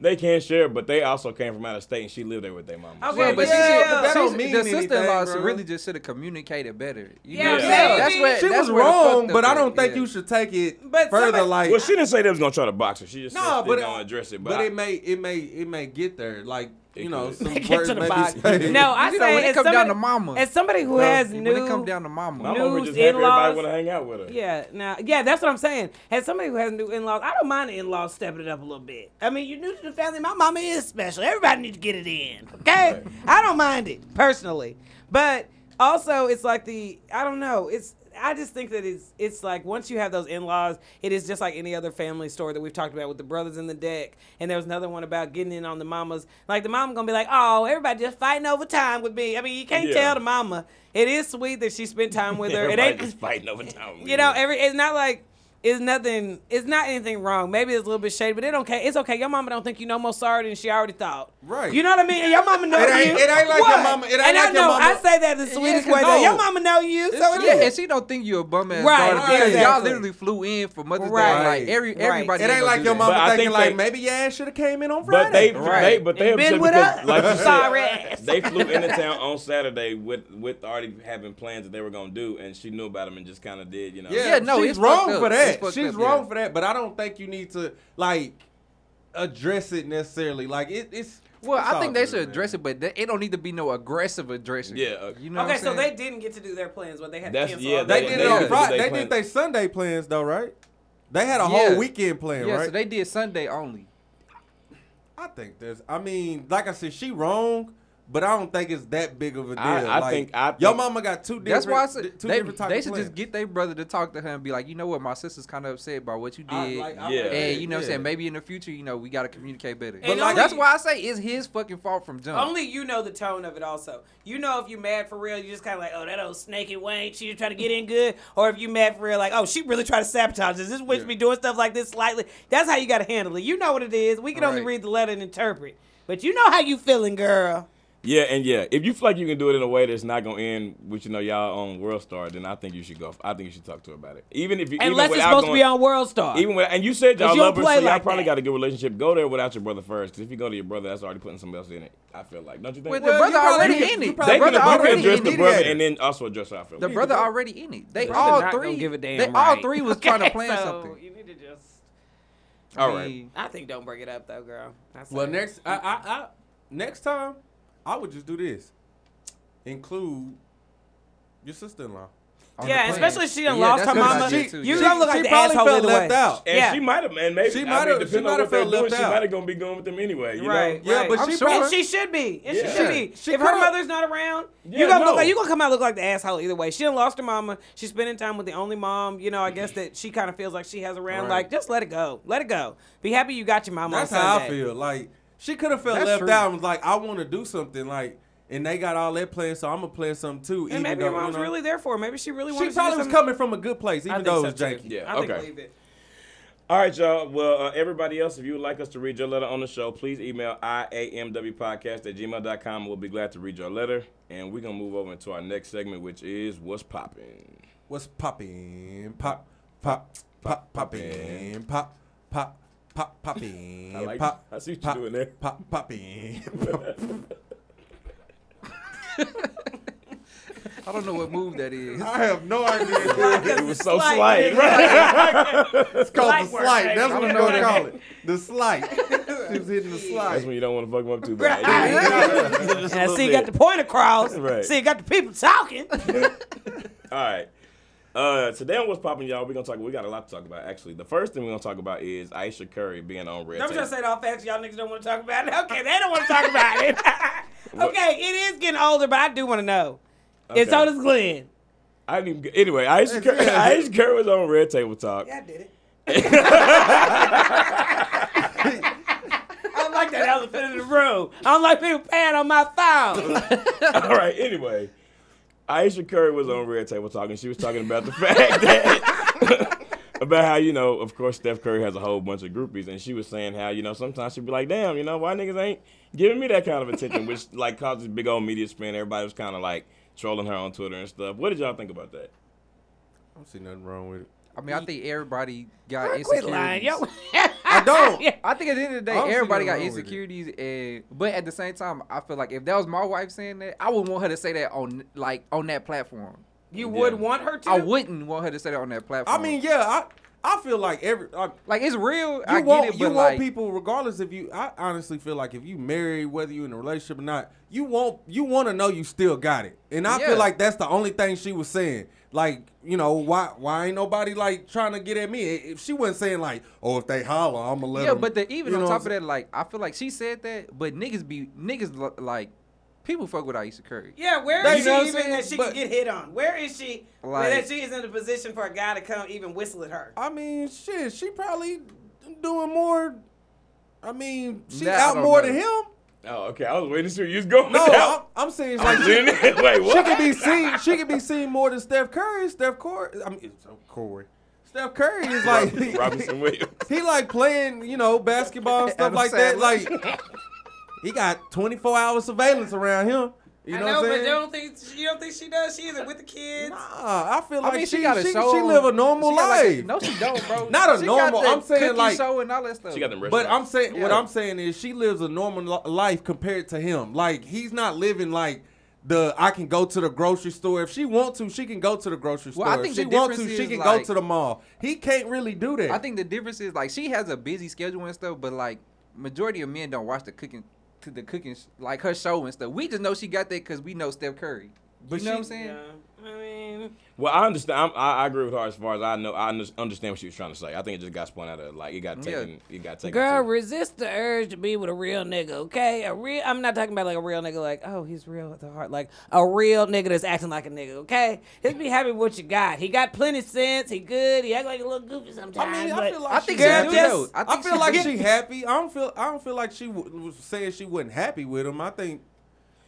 A: they can't share, but they also came from out of state and she lived there with their mom.
B: Okay,
C: Yeah, but she
B: Yeah.
C: should,
B: But that
C: she
D: don't
C: should-
D: mean
C: the sister-in-law
D: anything,
C: should
D: bro.
C: really just should have communicated better. You
B: Yeah,
C: know what I'm
A: Yeah.
C: saying?
A: Yeah.
C: That's where
D: She
C: that's
D: was
C: where the fucked
D: wrong,
C: up
D: but I
C: at.
D: don't think
C: Yeah.
D: you should take it
B: But
D: further.
B: somebody-
D: like,
A: Well, she didn't say they was gonna try to box her. She just
D: No,
A: said they
D: but
A: gonna address it. But,
D: but
A: I-
D: it may it may it may get there. Like
A: It
D: you know,
A: could.
D: some
B: Get
D: words
B: to the
D: may
B: bottom.
D: be said.
B: No, I
C: You know,
B: say
C: when it
B: as
C: come down
B: somebody-
C: to mama.
B: As somebody who
D: No,
B: has
C: when
B: new,
C: it come down to mama,
A: I'm over
B: news,
A: just happy everybody
B: in-laws.
A: want to hang out with her.
B: Yeah, now, yeah, that's what I'm saying. As somebody who has new in-laws, I don't mind the in-laws stepping it up a little bit. I mean, you're new to the family. My mama is special. Everybody needs to get it in, okay? I don't mind it personally, but also it's like the I don't know. It's I just think that it's it's like once you have those in-laws, it is just like any other family story that we've talked about with the brothers in the deck, and there was another one about getting in on the mamas. Like the mom gonna be like, oh, everybody just fighting over time with me. I mean, you can't
A: Yeah.
B: tell the mama. It is sweet that she spent time with her. It
A: Everybody
B: ain't
A: just fighting over time.
B: you know, every it's not like it's nothing. It's not anything wrong. Maybe it's a little bit shady, but it don't care. It's okay. Your mama don't think you no more sorry than she already thought.
D: Right.
B: You know what I mean? And your mama knows
D: It ain't-
B: you.
D: it ain't like your
B: What?
D: mama- it ain't
B: and
D: like
B: I
D: your
B: know
D: mama-
B: I say that the sweetest
C: Yeah,
B: way. though.
D: no.
B: Your mama know you, so
D: It's
B: it
D: true.
B: is.
C: Yeah, and she don't think you a bum ass
B: Right,
C: daughter. because Y'all
B: exactly.
C: literally flew in for Mother's
B: Right.
C: Day. Like every
B: Right.
C: everybody.
D: It ain't
C: gonna
D: like
C: do
D: your
C: that.
D: mama
A: But I
D: thinking
A: think
D: like
A: they-
D: maybe your ass should have came in on
A: But
D: Friday.
A: they,
C: Right.
A: they but they
B: And been
A: upset
B: with
A: because,
B: us.
A: like you said,
B: Sorry ass.
A: they flew into town on Saturday with with already having plans that they were gonna do, and she knew about them and just kind of did, you know.
D: yeah,
C: Yeah, no,
D: she's
C: it's
D: wrong
C: fucked
D: for
C: up. It's
D: that.
C: fucked
D: She's
C: up,
D: wrong
C: yeah.
D: for that. But I don't think you need to like. address it necessarily. Like it, it's.
C: Well,
D: it's
C: I
D: all
C: think they
D: good,
C: should
D: man.
C: address it, but they, it don't need to be no aggressive addressing.
A: Yeah, uh,
C: you know.
B: okay,
C: what I'm
B: so
C: saying?
B: they didn't get to do their plans, but they had
A: That's-
B: to cancel.
A: yeah,
B: all
D: They
B: their
D: did
A: They
D: it on
A: did.
D: Friday.
A: They
D: They
A: planned.
D: did their Sunday plans though, right? They had a
C: Yeah.
D: whole weekend plan,
C: yeah,
D: right?
C: so they did Sunday only.
D: I think there's. I mean, like I said, she wrong, but I don't think it's that big of a deal.
A: I- I
D: Like,
A: think- I
D: your
A: think-
D: mama got two different.
C: That's why I
D: di-
C: said
D: two
C: they,
D: different types
C: they
D: of
C: should
D: plans.
C: just get their brother to talk to him and be like, you know what, my sister's kind of upset by what you did.
D: I- like, I-
A: Yeah.
C: and you know what I'm
D: yeah.
C: saying? Maybe in the future, you know, we got to communicate better.
B: And
D: like-
C: that's why I say it's his fucking fault from jump.
B: Only you know the tone of it. Also, you know if you mad for real, you just kind of like, oh, that old snaky Wayne, she just trying to get in good, or if you mad for real, like, oh, she really trying to sabotage us. This witch be doing stuff like this slightly. That's how you got to handle it. You know what it is. We can only
C: Right.
B: read the letter and interpret, but you know how you feeling, girl.
A: Yeah, and yeah, if you feel like you can do it in a way that's not gonna end with you know y'all on World Star, then I think you should go. I think you should talk to her about it, even if you even
B: Unless it's
A: without
B: supposed to
A: going-
B: be on World Star.
A: Even when, and you said y'all
B: you don't
A: love her, so
B: play
A: y'all
B: like
A: probably
B: that.
A: got a good relationship. Go there without your brother first, 'cause if you go to your brother, that's already putting somebody else in it. I feel like, don't you think?
C: Wait, the
D: Well,
C: brother
D: you probably-
C: already
D: you-
C: in it.
D: you
C: The
D: probably-
A: they can,
C: brother
A: you can
C: already
A: address
C: in
A: the
C: it.
A: brother
D: mediator.
A: and then also address how I feel.
C: The
A: like.
C: brother already in it. They
B: Brother
C: all
B: not gonna
C: three.
B: give a damn
C: they all
B: right.
C: three was trying to
B: Okay,
C: plan
B: so
C: something.
B: You need to just.
A: All right.
B: I think don't bring it up though, girl. That's
D: Well,
B: it.
D: next, I, I, I, next time, I would just do this. Include your sister-in-law.
C: on
B: Yeah,
C: the plan.
B: especially if she done
C: Yeah,
B: lost
C: that's
B: her
C: a good
B: mama.
C: idea, too,
B: You
C: yeah.
B: gonna look
D: She-
B: like
D: she
B: the
D: probably
B: asshole
D: felt
B: either
D: left
B: way.
D: out.
A: and
B: yeah.
A: she might have, man. Maybe
D: She
A: she
D: might
A: might
D: have-
A: have.
D: she
A: Depending
D: might
A: on
D: have
A: what they're
D: felt left
A: doing, she
D: out.
A: might have gonna be going with them anyway. You
B: Right.
A: know?
D: Yeah, but
B: I'm
D: she
B: sure-
D: probably-
B: and she should be. And
A: Yeah.
B: she should be.
D: She
B: if her
D: could've-
B: mother's not around, you
A: Yeah,
B: gonna look
A: no.
B: like you gonna come out look like the asshole either way. She done lost her mama. She's spending time with the only mom. You know, I guess that she kind of feels like she has around.
D: Right.
B: Like, just let it go. Let it go. Be happy you got your mama.
D: That's
B: on
D: how I
B: Sunday.
D: feel. Like she could have felt
C: That's
D: left
C: true.
D: out and was like, I want to do something. Like, and they got all that plan, so I'm gonna plan something too.
B: And
D: even
B: maybe
D: though,
B: her mom's
D: you know,
B: really there for her. Maybe she really
D: She
B: wants.
D: probably was coming from a good place, even though it was janky.
A: Yeah,
B: I think
A: okay.
B: leave it.
A: All right, y'all. Well, uh, everybody else, if you would like us to read your letter on the show, please email iamwpodcast at gmail.com. We'll be glad to read your letter. And we're going to move over into our next segment, which is What's Poppin'?
D: What's poppin'? Pop, pop, pop, poppin'. Pop, pop, pop, poppin'.
A: I like-
D: pop,
A: I see what you're
D: pop,
A: doing there.
D: Pop, poppin'.
C: I don't know what move that is.
D: I have no idea.
A: It was so
B: Slight.
A: slight.
D: it's called
B: Slight
D: the
B: work,
D: slight.
B: baby.
D: That's
C: I
D: what
C: don't
D: I'm
C: know
D: gonna
C: what
D: call it. The slight. She was hitting the
A: That's
D: slide.
A: when you don't want to fuck them up too bad.
B: And I see you got the point across.
A: Right.
B: See you got the people talking.
A: All right. Uh, today on What's Poppin', y'all, we're going to talk, we got a lot to talk about, actually. The first thing we're going to talk about is Aisha Curry being on Red
B: I'm
A: Table.
B: just saying all facts. Y'all niggas don't want to talk about it. Okay, they don't want to talk about it. okay, it is getting older, but I do want to know. And so
A: Okay.
B: does Glenn.
A: I didn't even, get- anyway, Aisha Curry, Aisha Curry was on Red Table Talk.
B: I did it. I don't like that elephant in the room. I don't like people paying on my phone.
A: All right. Anyway, Aisha Curry was on Red Table Talk, and she was talking about the fact that about how you know, of course, Steph Curry has a whole bunch of groupies, and she was saying how you know sometimes she'd be like, "Damn, you know, why niggas ain't giving me that kind of attention," which like caused this big old media spin. Everybody was kind of like trolling her on Twitter and stuff. What did y'all think about that?
D: I don't see nothing wrong with it.
C: I mean, I think everybody got
B: Quit lying.
C: insecurities.
B: Yo.
D: I don't.
C: I think at the end of the day,
D: I don't see
C: everybody got
D: nothing wrong with it.
C: insecurities, and but at the same time, I feel like if that was my wife saying that, I wouldn't want her to say that on like on that platform.
B: You would
A: Yeah.
B: want her to?
C: I wouldn't want her to say that on that platform.
D: I mean, yeah, I I feel like every I, you
C: like it's real. I
D: want
C: get it,
D: you
C: but
D: want
C: like,
D: people regardless if you. I honestly feel like if you married, whether you're in a relationship or not, you want you want to know you still got it. And I
C: Yeah.
D: feel like that's the only thing she was saying. Like you know why why ain't nobody like trying to get at me? If she wasn't saying like oh if they holler I'm gonna let
C: yeah,
D: 'em,"
C: but the, even
D: you
C: on
D: know
C: top of
D: what I'm
C: that, like I feel like she said that, but niggas be niggas lo- like people fuck with Aisha Curry.
B: Yeah, where
D: That-
B: is
D: you know
B: she
D: what I'm
B: even that
D: saying?
B: she
D: But-
B: can get hit on? Where is she
C: Like-
B: where that she is in a position for a guy to come even whistle at her?
D: I mean shit she probably doing more. I mean she
C: That I
D: out
C: don't
D: more
C: know.
D: than him.
A: Oh, okay. I was waiting to see where you was going.
D: No,
A: with
D: I'm,
A: that.
D: I'm saying it's
A: I'm
D: like she-
A: doing it. Wait,
D: She
A: what?
D: could be seen. She could be seen more than Steph Curry. Steph Curry. I mean, it's- oh, Curry. Steph Curry is like
A: Robinson Williams.
D: he like playing, you know, basketball and stuff
C: Adam
D: like that.
C: Sandler.
D: Like he got 24 hour surveillance around him. You know,
B: I know,
D: what I'm
B: but
D: saying?
B: don't think you don't think she does. She either with the kids.
D: Nah, I feel
C: I
D: like
C: mean,
D: she
C: she
D: she,
C: got a
D: she,
C: show.
D: live a normal
C: she got, like,
D: life.
C: no, she don't, bro.
D: Not a
C: She got
D: normal-
C: the
D: I'm saying,
C: cookie
D: like-
C: show and all that stuff.
A: She got them.
D: But I'm saying what
C: Yeah.
D: I'm saying is she lives a normal li- life compared to him. Like he's not living like the I can go to the grocery store if she want to. She can go to the grocery
C: Well, I
D: store.
C: think
D: if she
C: the
D: wants to.
C: difference
D: She
C: is,
D: can go
C: like-
D: to the mall. He can't really do that.
C: I think the difference is like she has a busy schedule and stuff, but like majority of men don't watch the cooking to the cooking sh- like her show and stuff. We just know she got that because we know Steph Curry.
D: But
C: you know
D: she-
C: what I'm saying?
B: I mean,
A: Well, I understand. I'm, I, I agree with her as far as I know. I under- understand what she was trying to say. I think it just got spun out of like it got
C: Yeah.
A: taken. It got taken.
B: girl,
A: to-
B: resist the urge to be with a real nigga, okay? A real. I'm not talking about like a real nigga, like oh he's real at the heart, like a real nigga that's acting like a nigga, okay? Just be happy with what you got. He got plenty sense. He good. He act like a little goofy sometimes.
D: I mean, I
B: but-
D: feel like
C: I
D: she
C: think
B: Girl,
C: she do,
B: just-
C: though. I,
D: I
C: think
D: feel like
C: do.
D: she happy. I don't feel. I don't feel like she w- was saying she wasn't happy with him. I think.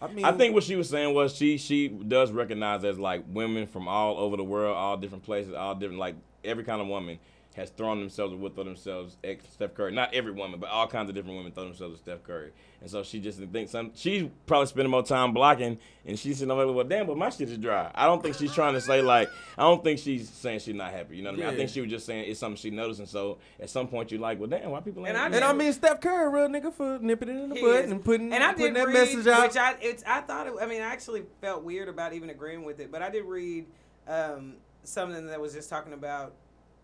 D: I mean,
A: I think what she was saying was she she does recognize as like women from all over the world, all different places, all different like every kind of woman has thrown themselves or would throw themselves at Steph Curry. Not every woman, but all kinds of different women throw themselves at Steph Curry. And so she just thinks some she's probably spending more time blocking and she's sitting over there, well damn, but my shit is dry. I don't think she's trying to say like I don't think she's saying she's not happy. You know what I mean? I
D: Yeah.
A: think she was just saying it's something she noticed and so at some point you're like, Well damn, why people ain't
B: And I
D: and I mean Steph Curry, real nigga, for nipping it in the
B: He
D: butt
B: is.
D: and putting
B: and I
D: putting
B: did
D: that
B: read,
D: message out.
B: Which I it's I thought it, I mean I actually felt weird about even agreeing with it, but I did read um, something that was just talking about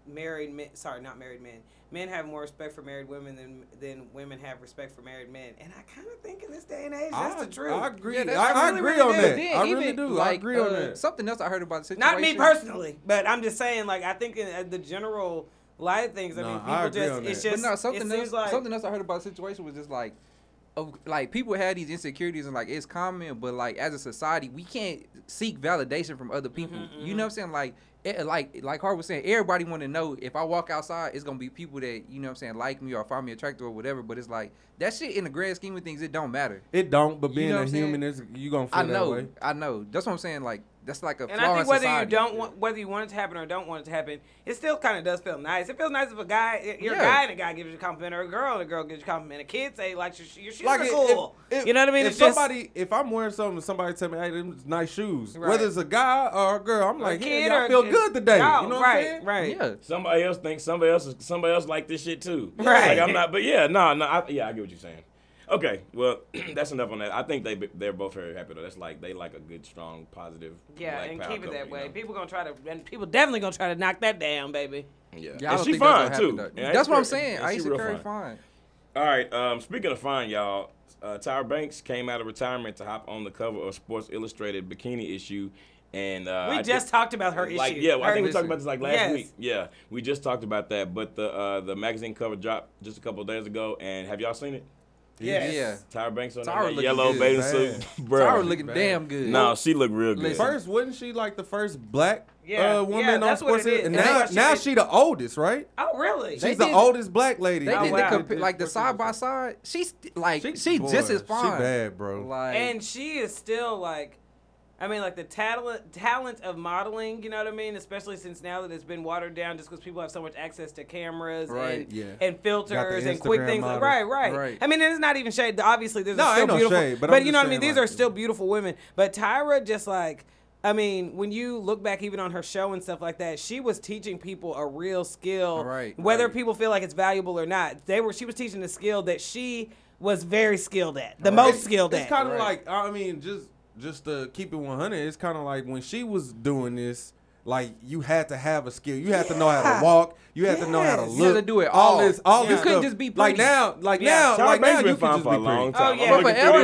B: married men. Sorry, not married men. Men have more respect for married women than than women have respect for married men, and I kind of think in this day and age that's
D: I-
B: the truth.
D: I agree.
C: Yeah, that's-
D: I, I
B: I really,
D: agree
B: really
D: on
B: do.
D: that.
C: Then
D: I
C: even,
D: really do. I
C: like,
D: agree on
C: uh,
D: that.
C: Something else I heard about the situation.
B: Not me personally, but I'm just saying like I think in uh, the general light of things. I
D: No,
B: mean, people
D: I agree
B: just
D: on
B: it's
D: that.
B: just
C: but no,
B: it
C: something
B: seems
C: else,
B: like
C: something else I heard about the situation was just like, of, like people had these insecurities and like it's common, but like as a society, we can't seek validation from other people.
B: Mm-hmm,
C: You know what I'm saying? Like, it, like, like Hart was saying, everybody want to know if I walk outside, it's gonna be people that you know what I'm saying like me or find me attractive or whatever. But it's like that shit in the grand scheme of things, it don't matter.
D: It don't, but being
C: know what
D: a
C: I'm saying?
D: human is you gonna feel
C: I
D: that way.
C: know, I know. That's what I'm saying. Like, that's like a
B: And
C: flaw
B: I
C: in
B: think whether you
C: society.
B: don't want whether you want it to happen or don't want it to happen, it still kind of does feel nice. It feels nice if a guy, if you're
C: Yeah.
B: a guy and a guy gives you a compliment, or a girl and a girl gives you a compliment. A kid say like your, sh- your shoes are
D: if-
B: cool.
D: if- if-
B: you know what I mean?
D: If
B: It's just-
D: somebody, if I'm wearing something, and somebody tell me, "Hey, them is nice shoes,"
B: Right.
D: whether it's a guy or a girl, I'm
B: a
D: like,
B: kid
D: "Yeah,
B: or
D: I feel
B: a-
D: good today."
B: y'all,
D: you know what
B: right,
D: I'm saying?
B: right,
C: Yeah.
A: Somebody else thinks somebody else is, somebody else like this shit too.
B: Right.
A: Like I'm not, but yeah, no, no, I, yeah, I get what you're saying. Okay, well, that's enough on that. I think they they're both very happy though. That's like they like a good, strong, positive.
B: Yeah,
A: black
B: and
A: power
B: keep it
A: couple,
B: that
A: you
B: way.
A: know?
B: People gonna try to, and people definitely gonna try to knock that down, baby.
A: Yeah,
C: Yeah, I
A: and
C: don't
A: she
C: think
A: fine
C: that's
A: too.
C: gonna happen, though.
A: And
C: That's what I'm
A: she-
C: saying.
A: and she
C: Aisha
A: real
C: Curry
A: fine.
C: fine.
A: All right. Um, speaking of fine, y'all, uh, Tyra Banks came out of retirement to hop on the cover of Sports Illustrated bikini issue, and uh,
B: We
A: I
B: just
A: did-
B: talked about her
A: like,
B: issue.
A: Yeah, well, I
B: Her
A: think we
B: issue.
A: talked about this like last
B: Yes.
A: week. Yeah, we just talked about that. But the uh, the magazine cover dropped just a couple of days ago, and have y'all seen it?
B: Yes.
C: Yeah.
A: Tyra Banks on
C: Tyra
A: that
C: looking
A: yellow
C: good,
A: bathing
D: man.
A: suit, bro.
C: Tyra looking
D: bad.
C: damn good.
A: no, she looked real good.
C: Listen.
D: First, wasn't she like the first black
B: Yeah,
D: uh, woman
B: yeah,
D: on
B: that's what
D: sports?
B: it is.
D: And
B: And they-
D: now,
B: she
D: now
B: did-
D: she the oldest, right?
B: Oh, really?
C: They
D: She's the
C: did-
D: oldest black lady.
C: They
B: Oh,
C: did
B: wow.
C: the compa- like the side by side. She's st- like she,
D: She-
C: just
D: boy,
C: as
D: she
C: fine.
D: bad, bro.
C: Like
B: and she is still like i mean like the talent talent of modeling you know what i mean especially since now that it's been watered down just because people have so much access to cameras
C: Right,
B: and,
D: yeah.
B: and filters and quick
D: Instagram
B: things
D: models.
B: right, right
C: Right.
B: i mean it's not even shade obviously there's
D: No,
B: still
D: ain't no
B: beautiful
D: shade, but
B: but,
D: I'm
B: you
D: just
B: know what i mean
D: saying,
B: these
D: like-
B: are still beautiful women but tyra just like I mean, when you look back even on her show and stuff like that, she was teaching people a real skill.
C: Right,
B: Whether
C: right.
B: people feel like it's valuable or not, they were she was teaching a skill that she was very skilled at, the
D: It's-
B: most skilled
D: It's
B: at.
D: kind of
C: Right.
D: like I mean, just just to keep it one hundred, it's kind of like when she was doing this. Like you had to have a skill. You had to know how
B: Yeah.
D: to walk. You had to know how to
B: Yes.
D: look.
C: You had to do it all.
D: this, all
B: You
D: this
C: couldn't
D: stuff.
C: just be
D: like
C: pretty.
D: now, like
B: Yeah.
D: now,
A: Tyra
D: like
A: Banks
D: now,
A: been
D: you
A: fine
D: could just
A: for a
D: be
A: long
D: pretty.
A: time.
B: Oh, yeah.
A: I'm looking
C: Forever.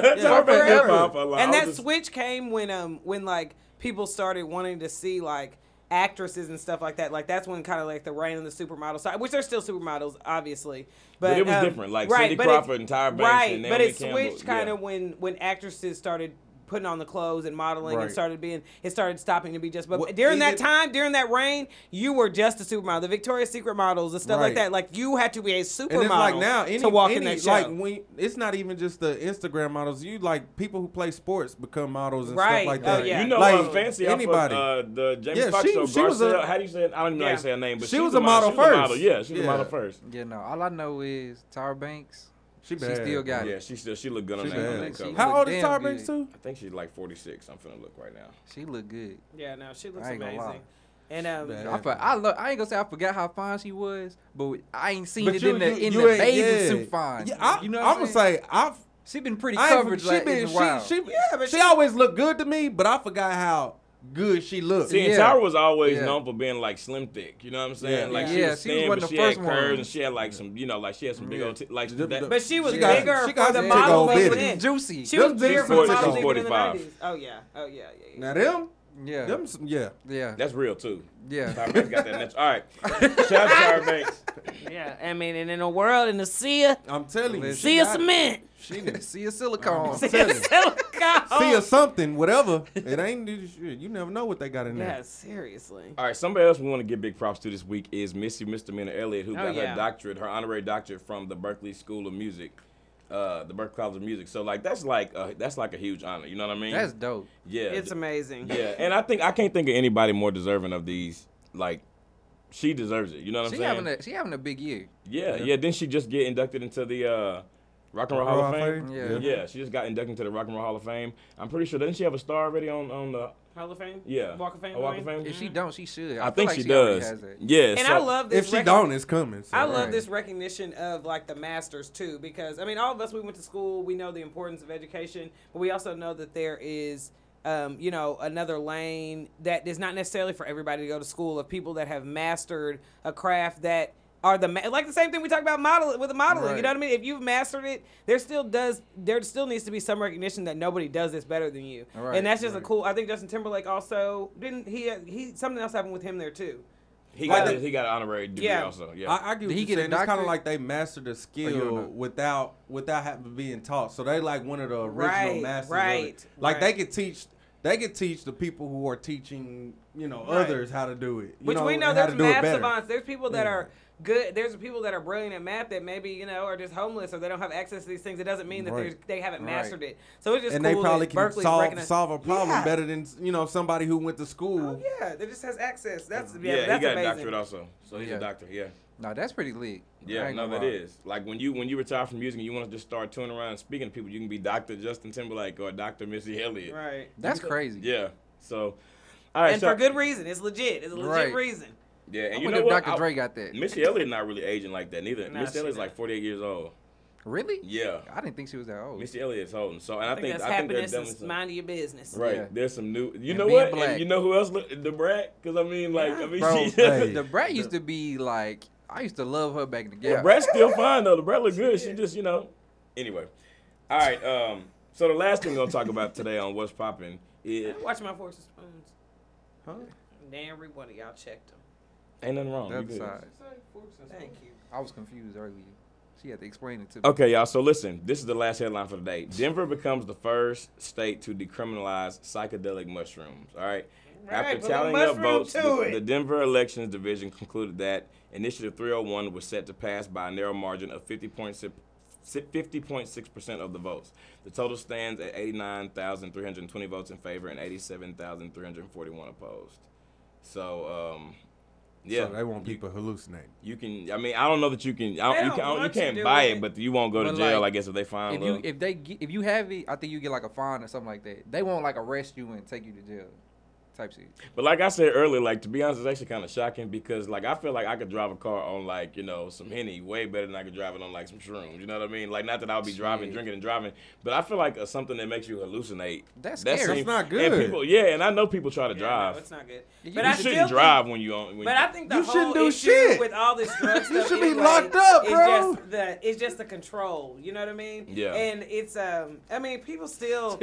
A: through this.
B: Forever.
A: Tyra Banks been
B: Forever.
A: fine for a long-
B: and
A: I
B: that
A: was just-
B: switch came when um when like people started wanting to see like actresses and stuff like that. Like that's when kind of like the reign of the supermodel side, which they're still supermodels, obviously. But,
A: it was
B: um,
A: different, like
B: right,
A: Cindy
B: but it-
A: Crawford and Tyra Banks
B: Right,
A: and
B: but
A: Naomi
B: it
A: Campbell,
B: switched kind
A: yeah.
B: of when when actresses started putting on the clothes and modeling and
D: Right.
B: started being it started stopping to be just but
D: What-
B: during that
D: even-
B: time during that reign you were just a supermodel the victoria's secret models and stuff like
D: Right.
B: that like you had to be a
D: And
B: supermodel
D: it's like now, any,
B: to walk
D: any,
B: in that show
D: like when it's not even just the Instagram models. You like people who play sports become models and
B: Right.
D: stuff like
B: Oh,
D: that.
B: yeah.
A: You know,
D: like
A: uh, fancy anybody.
D: anybody.
A: Uh, the James
D: Yeah,
A: Fox
D: she-
A: show.
D: she was a-
A: Garcelle, how do you say it? I don't even know how
B: Yeah.
A: you say her name, but
D: She
A: she
D: was a
A: She
D: model
A: was a
D: first.
A: model. Yeah, she was a
D: Yeah.
A: model first.
C: yeah, no. All I know is Tyra Banks.
D: she,
C: she still
D: bro.
C: got
A: Yeah,
C: it.
A: she still she looked good on
D: She
A: that, on
D: bad.
A: that cover.
C: She
D: How
C: look
D: old is
C: damn
D: Tyra Banks
C: good.
D: too?
A: I think she's like 46. I'm finna look right now.
C: She look good.
B: Yeah, no, she looks
C: I ain't gonna
B: amazing.
C: lie.
B: And um,
D: Bad.
C: I, for, I look. I ain't gonna say I forgot how fine she was, but I ain't seen
D: But
C: it
D: you-
C: in the
D: you-
C: in
D: you
C: the
D: ain't-
C: bathing
D: yeah.
C: suit fine.
D: Yeah, I,
C: you know what
D: I'm gonna
C: saying?
D: say I've
C: she been pretty
D: I ain't-
C: covered.
D: she
C: like, in
D: been
C: a while.
D: she she,
B: Yeah, but
D: she
B: she-
D: always looked good to me, but I forgot how good she looked.
A: See, and
C: Yeah.
A: Tyra was always
C: Yeah.
A: known for being like slim thick. You know what I'm saying?
D: Yeah.
A: Like she
C: Yeah,
A: was
C: she was
A: thin,
C: one
A: but
C: of the
A: she had
C: first ones.
A: curves and she had like some, you know, like she had some big
D: Yeah.
A: old, t- like
D: The- the-
A: that.
B: But she was
D: She got-
B: bigger
D: she got
B: for the
D: some
C: big
B: model
D: old
B: they were
D: bitty.
B: in.
C: Juicy.
B: She was
D: Them
B: bigger
D: bitches
B: for the
D: was
B: model they were in the
A: 45.
B: 90s. Oh yeah. Oh yeah. yeah, yeah.
D: Now them,
C: Yeah.
D: them, some, yeah.
C: Yeah.
A: That's real too.
C: Yeah.
A: Tyra Banks got that natural. All right, shout out to Tyra Banks.
B: Yeah, I mean, and in a world in the sea of,
D: I'm telling you,
C: Listen.
B: sea of
C: got it.
B: cement,
D: she, she
C: See a silicone.
D: I'm
B: sea of
D: telling you.
B: silicone.
D: see or something, whatever. It ain't you never know what they got in there.
B: Yeah, seriously.
A: All right, somebody else we want to give big props to this week is Missy Misdemeanor Elliott, who
B: Oh,
A: got
B: yeah.
A: her doctorate, her honorary doctorate from the Berkeley School of Music, uh, the Berkeley College of Music. So like that's like a, that's like a huge honor. You know what I mean?
C: That's dope.
A: yeah,
B: It's amazing.
A: yeah. And I think I can't think of anybody more deserving of these. Like she deserves it. You know what
C: She
A: I'm saying?
C: having a she having a big year.
A: yeah, yeah. Didn't she just get inducted into the uh, Rock and Roll Hall of Fame?
C: Yeah.
A: Yeah, she just got inducted into the Rock and Roll Hall of Fame. I'm pretty sure. Doesn't she have a star already on on the
B: Hall of Fame.
A: yeah
B: Walk of Fame.
A: A Walk
B: I
A: of
B: mean.
A: Fame. Mm-hmm.
C: If she don't, she should.
A: I,
C: feel
A: think
C: like
A: she,
C: already
A: does.
C: has that.
A: Yeah.
B: And
A: so-
B: I love this.
D: If she
B: record-
D: don't, it's coming. so.
B: I love
C: Right.
B: this recognition of like the masters too, because I mean, all of us we went to school, we know the importance of education, but we also know that there is, um, you know, another lane that is not necessarily for everybody to go to school of people that have mastered a craft that are the ma- like the same thing we talk about model with the modeling. You
C: Right.
B: know what I mean? If you've mastered it, there still does there still needs to be some recognition that nobody does this better than you,
C: Right,
B: and that's just
C: right.
B: a cool. I think Justin Timberlake also didn't he he something else happened with him there too.
A: He got
D: Like-
A: he got an honorary degree
B: Yeah.
A: also. Yeah.
D: I, I get what
C: he
D: you're
C: get a
D: saying. It's kind of
C: doctorate?
D: like they mastered the
C: you
D: skill
C: don't know?
D: without without having being taught. So they like one of the original
B: Right,
D: masters. Of
B: right,
D: it. Like
B: right.
D: they could teach they could teach the people who are teaching you know
B: Right.
D: others how to do it. You
B: Which
D: know,
B: we know
D: and how
B: there's
D: to do it
B: math
D: better.
B: savants. There's people that
D: Yeah.
B: are good. There's people that are brilliant at math that maybe you know are just homeless or they don't have access to these things. It doesn't mean that
D: Right.
B: they they haven't
C: Right.
B: mastered it. So it's just
D: And
B: cool
D: they probably
B: that
D: can
B: Berkeley's
D: solve
B: recognize-
D: solve a problem
B: Yeah.
D: better than you know somebody who went to school.
B: Oh yeah, that just has access. That's yeah,
A: yeah, he
B: that's
A: got a
B: amazing.
A: doctorate also. So he's
C: Yeah.
A: a doctor. Yeah.
C: No, that's pretty lit. I
A: Yeah,
C: ain't
A: no,
C: gonna
A: that
C: lie.
A: is. Like when you when you retire from music and you want to just start touring around and speaking to people, you can be Dr. Justin Timberlake or Dr. Missy Elliott.
B: Right.
C: That's crazy.
A: Yeah. So all right,
B: and
A: so,
B: for good reason. It's legit. It's a legit
C: Right.
B: reason.
A: Yeah,
C: I
A: and you
C: wonder
A: know
C: if
A: what?
C: Dr.
A: I-
C: Dre got that.
A: Missy Elliott not really aging like that neither.
B: Nah,
A: Missy
B: she
A: Elliott's
B: not.
A: like 48 years old.
C: Really?
A: Yeah.
C: I didn't think she was that old.
A: Missy Elliott's holding. So and
B: I
A: I
B: think,
A: think
B: that's
A: I think they're
B: happiness
A: done
B: is
A: some-
B: mind your business.
A: Right.
C: Yeah.
A: There's some new. You
C: And
A: know
C: being
A: what?
C: black.
A: And you know who else? Look, the brat. Because I mean, like, I mean,
C: Bro,
A: she,
D: hey.
C: the brat used to be like I used to love her back in the
A: The
C: day.
A: Brett's still fine though. The Brett look good. She just, you know. Anyway, all right. Um, so the last thing we're gonna talk about today on what's popping is
B: Watch my forks and spoons.
D: Huh?
B: Damn, every one of y'all checked them.
A: ain't nothing wrong. You
C: That
A: good.
C: side.
B: Thank you.
C: I was confused earlier. She had to explain it to me.
A: Okay, y'all. So listen, this is the last headline for today. Denver becomes the first state to decriminalize psychedelic mushrooms. All right.
B: Right, put
A: After
B: the
A: tallying up
B: mushroom
A: votes,
B: to
A: the,
B: it.
A: the Denver Elections Division concluded that Initiative 301 was set to pass by a narrow margin of 50.6 50.6% of the votes. The total stands at 89,320 votes in favor and 87,341 opposed. So, um, yeah,
D: So they want people hallucinating.
A: you can. I mean, I don't know that you can. I
B: They
A: don't, you,
B: don't
A: can I don't, you
B: want you
A: can't
B: to
A: buy
B: do
A: it,
B: it.
A: but you won't go to
C: But,
A: jail.
C: like,
A: I guess if they find
C: If
A: love.
C: you if they get, if you have it, I think you get like a fine or something like that. They won't like arrest you and take you to jail, type shit.
A: But like I said earlier, like to be honest, it's actually kind of shocking because like I feel like I could drive a car on like you know some henny way better than I could drive it on like some shrooms. You know what I mean? Like not that I'll be driving,
C: Shit.
A: drinking, and driving, but I feel like uh, something that makes you hallucinate.
C: That's
A: that
C: scary.
A: seems-
D: That's not
A: And
D: good.
A: people, yeah, and I know people try to
B: Yeah,
A: drive.
B: No, it's not good.
C: You
B: But
A: you
B: I
A: shouldn't
B: still think-
A: drive when you on. When
B: But I think the
D: You
B: whole
D: shouldn't do
B: issue
D: shit.
B: with all this drug stuff
D: You should be
B: anyway
D: locked up,
B: is
D: bro.
B: just the it's just the control. You know what I mean?
A: Yeah.
B: And it's um, I mean, people still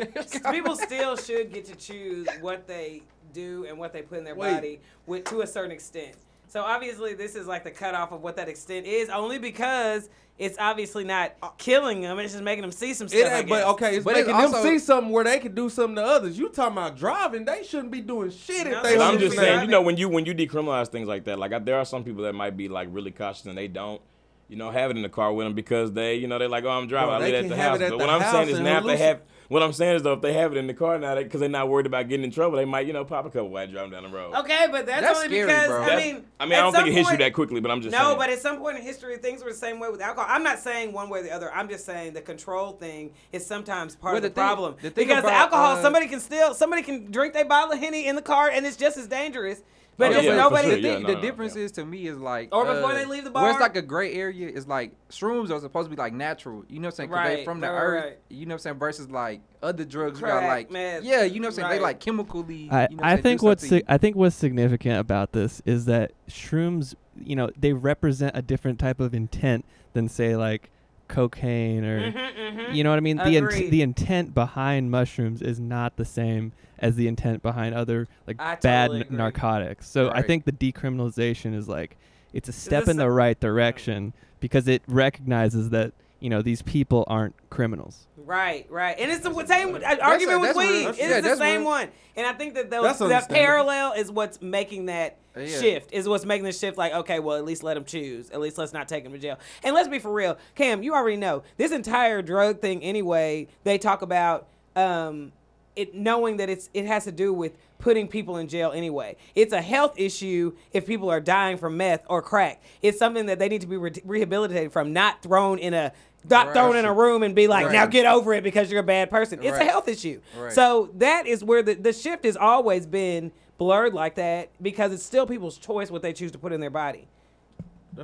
B: people still should get to choose what they do and what they put in their
D: Wait.
B: body with to a certain extent. So obviously, this is like the cutoff of what that extent is, only because it's obviously not killing them; it's just making them see some stuff.
D: Uh, It
B: I
D: ain't, but
B: guess.
D: okay, it's
C: But it's
D: making them
C: also-
D: see something where they can do something to others. You talking about driving? They shouldn't be doing shit
B: No,
D: if
B: they
D: they.
A: But I'm just
B: shouldn't
D: hallucinating.
B: be
A: saying, you know, when you when you decriminalize things like that, like I, there are some people that might be like really cautious and they don't, you know, have it in the car with them because they, you know, they're like, oh, I'm driving,
D: Bro,
A: I
D: they
A: leave it
D: can
A: at the
D: have
A: house.
D: it at
A: but
D: the
A: what I'm saying
D: house
A: is
D: and
A: now if they
D: hallucinate.
A: have, what I'm saying is though, if they have it in the car now, because they're not worried about getting in trouble, they might, you know, pop a couple while driving down the road.
B: Okay, but that's,
C: That's
B: only
C: scary,
B: because
C: bro.
B: I
A: That's-
B: mean,
A: I mean, I
B: at
A: don't think
B: some
A: it hits you
B: point-
A: that quickly, but I'm just
B: No,
A: saying.
B: but at some point in history, things were the same way with alcohol. I'm not saying one way or the other. I'm just saying the control thing is sometimes part
C: Well,
B: of the,
C: the thing-
B: problem.
C: the thing
B: because the
C: about,
B: alcohol,
C: uh,
B: somebody can still somebody can drink their bottle of henny in the car, and it's just as dangerous But
A: Oh,
B: just
A: yeah, for
B: nobody
A: sure,
C: the,
B: think.
A: yeah, no,
C: the
A: no,
C: difference
A: yeah.
C: is to me is like
B: Or before
C: uh,
B: they leave the
C: Where it's
B: bar?
C: like a gray area is like shrooms are supposed to be like natural. You know what I'm saying? 'Cause they
B: Right,
C: from the
B: right,
C: earth.
B: right.
C: You know what I'm saying? Versus like other drugs you got
B: Crack,
C: like
B: meth,
C: yeah. You know what I'm saying? They
B: right.
C: like chemically.
E: I,
C: you know what I'm
E: I
C: saying, do
E: think what's
C: something
E: sig- I think what's significant about this is that shrooms, you know, they represent a different type of intent than say like cocaine or you know what I mean. The
B: Mm-hmm, Agreed.
E: the intent behind mushrooms is not the same as the intent behind other like
B: I
E: bad
B: totally
E: n-
B: agree.
E: narcotics. So I
C: Right.
E: think the decriminalization is like it's a step
B: this
E: in
B: a-
E: the right direction because it recognizes that you know these people aren't criminals.
B: Right, right, and it's the same argument with
C: that's real.
B: weed.
C: That's-
B: It's
C: yeah,
B: the
C: that's
B: same
C: real.
B: one, and I think that those,
D: That's
B: that
D: understandable.
B: parallel is what's making that
C: Uh, Yeah.
B: shift. Is what's making the shift. Like, okay, well, at least let them choose. At least let's not take them to jail. And let's be for real, Cam. You already know this entire drug thing. Anyway, they talk about um, it knowing that it's it has to do with putting people in jail anyway. It's a health issue if people are dying from meth or crack. It's something that they need to be re- rehabilitated from, not thrown in a not
C: Right.
B: thrown in a room and be like,
C: Right.
B: now get over it because you're a bad person. It's a
C: Right.
B: health issue.
C: Right.
B: So that is where the, the shift has always been blurred like that because it's still people's choice what they choose to put in their body.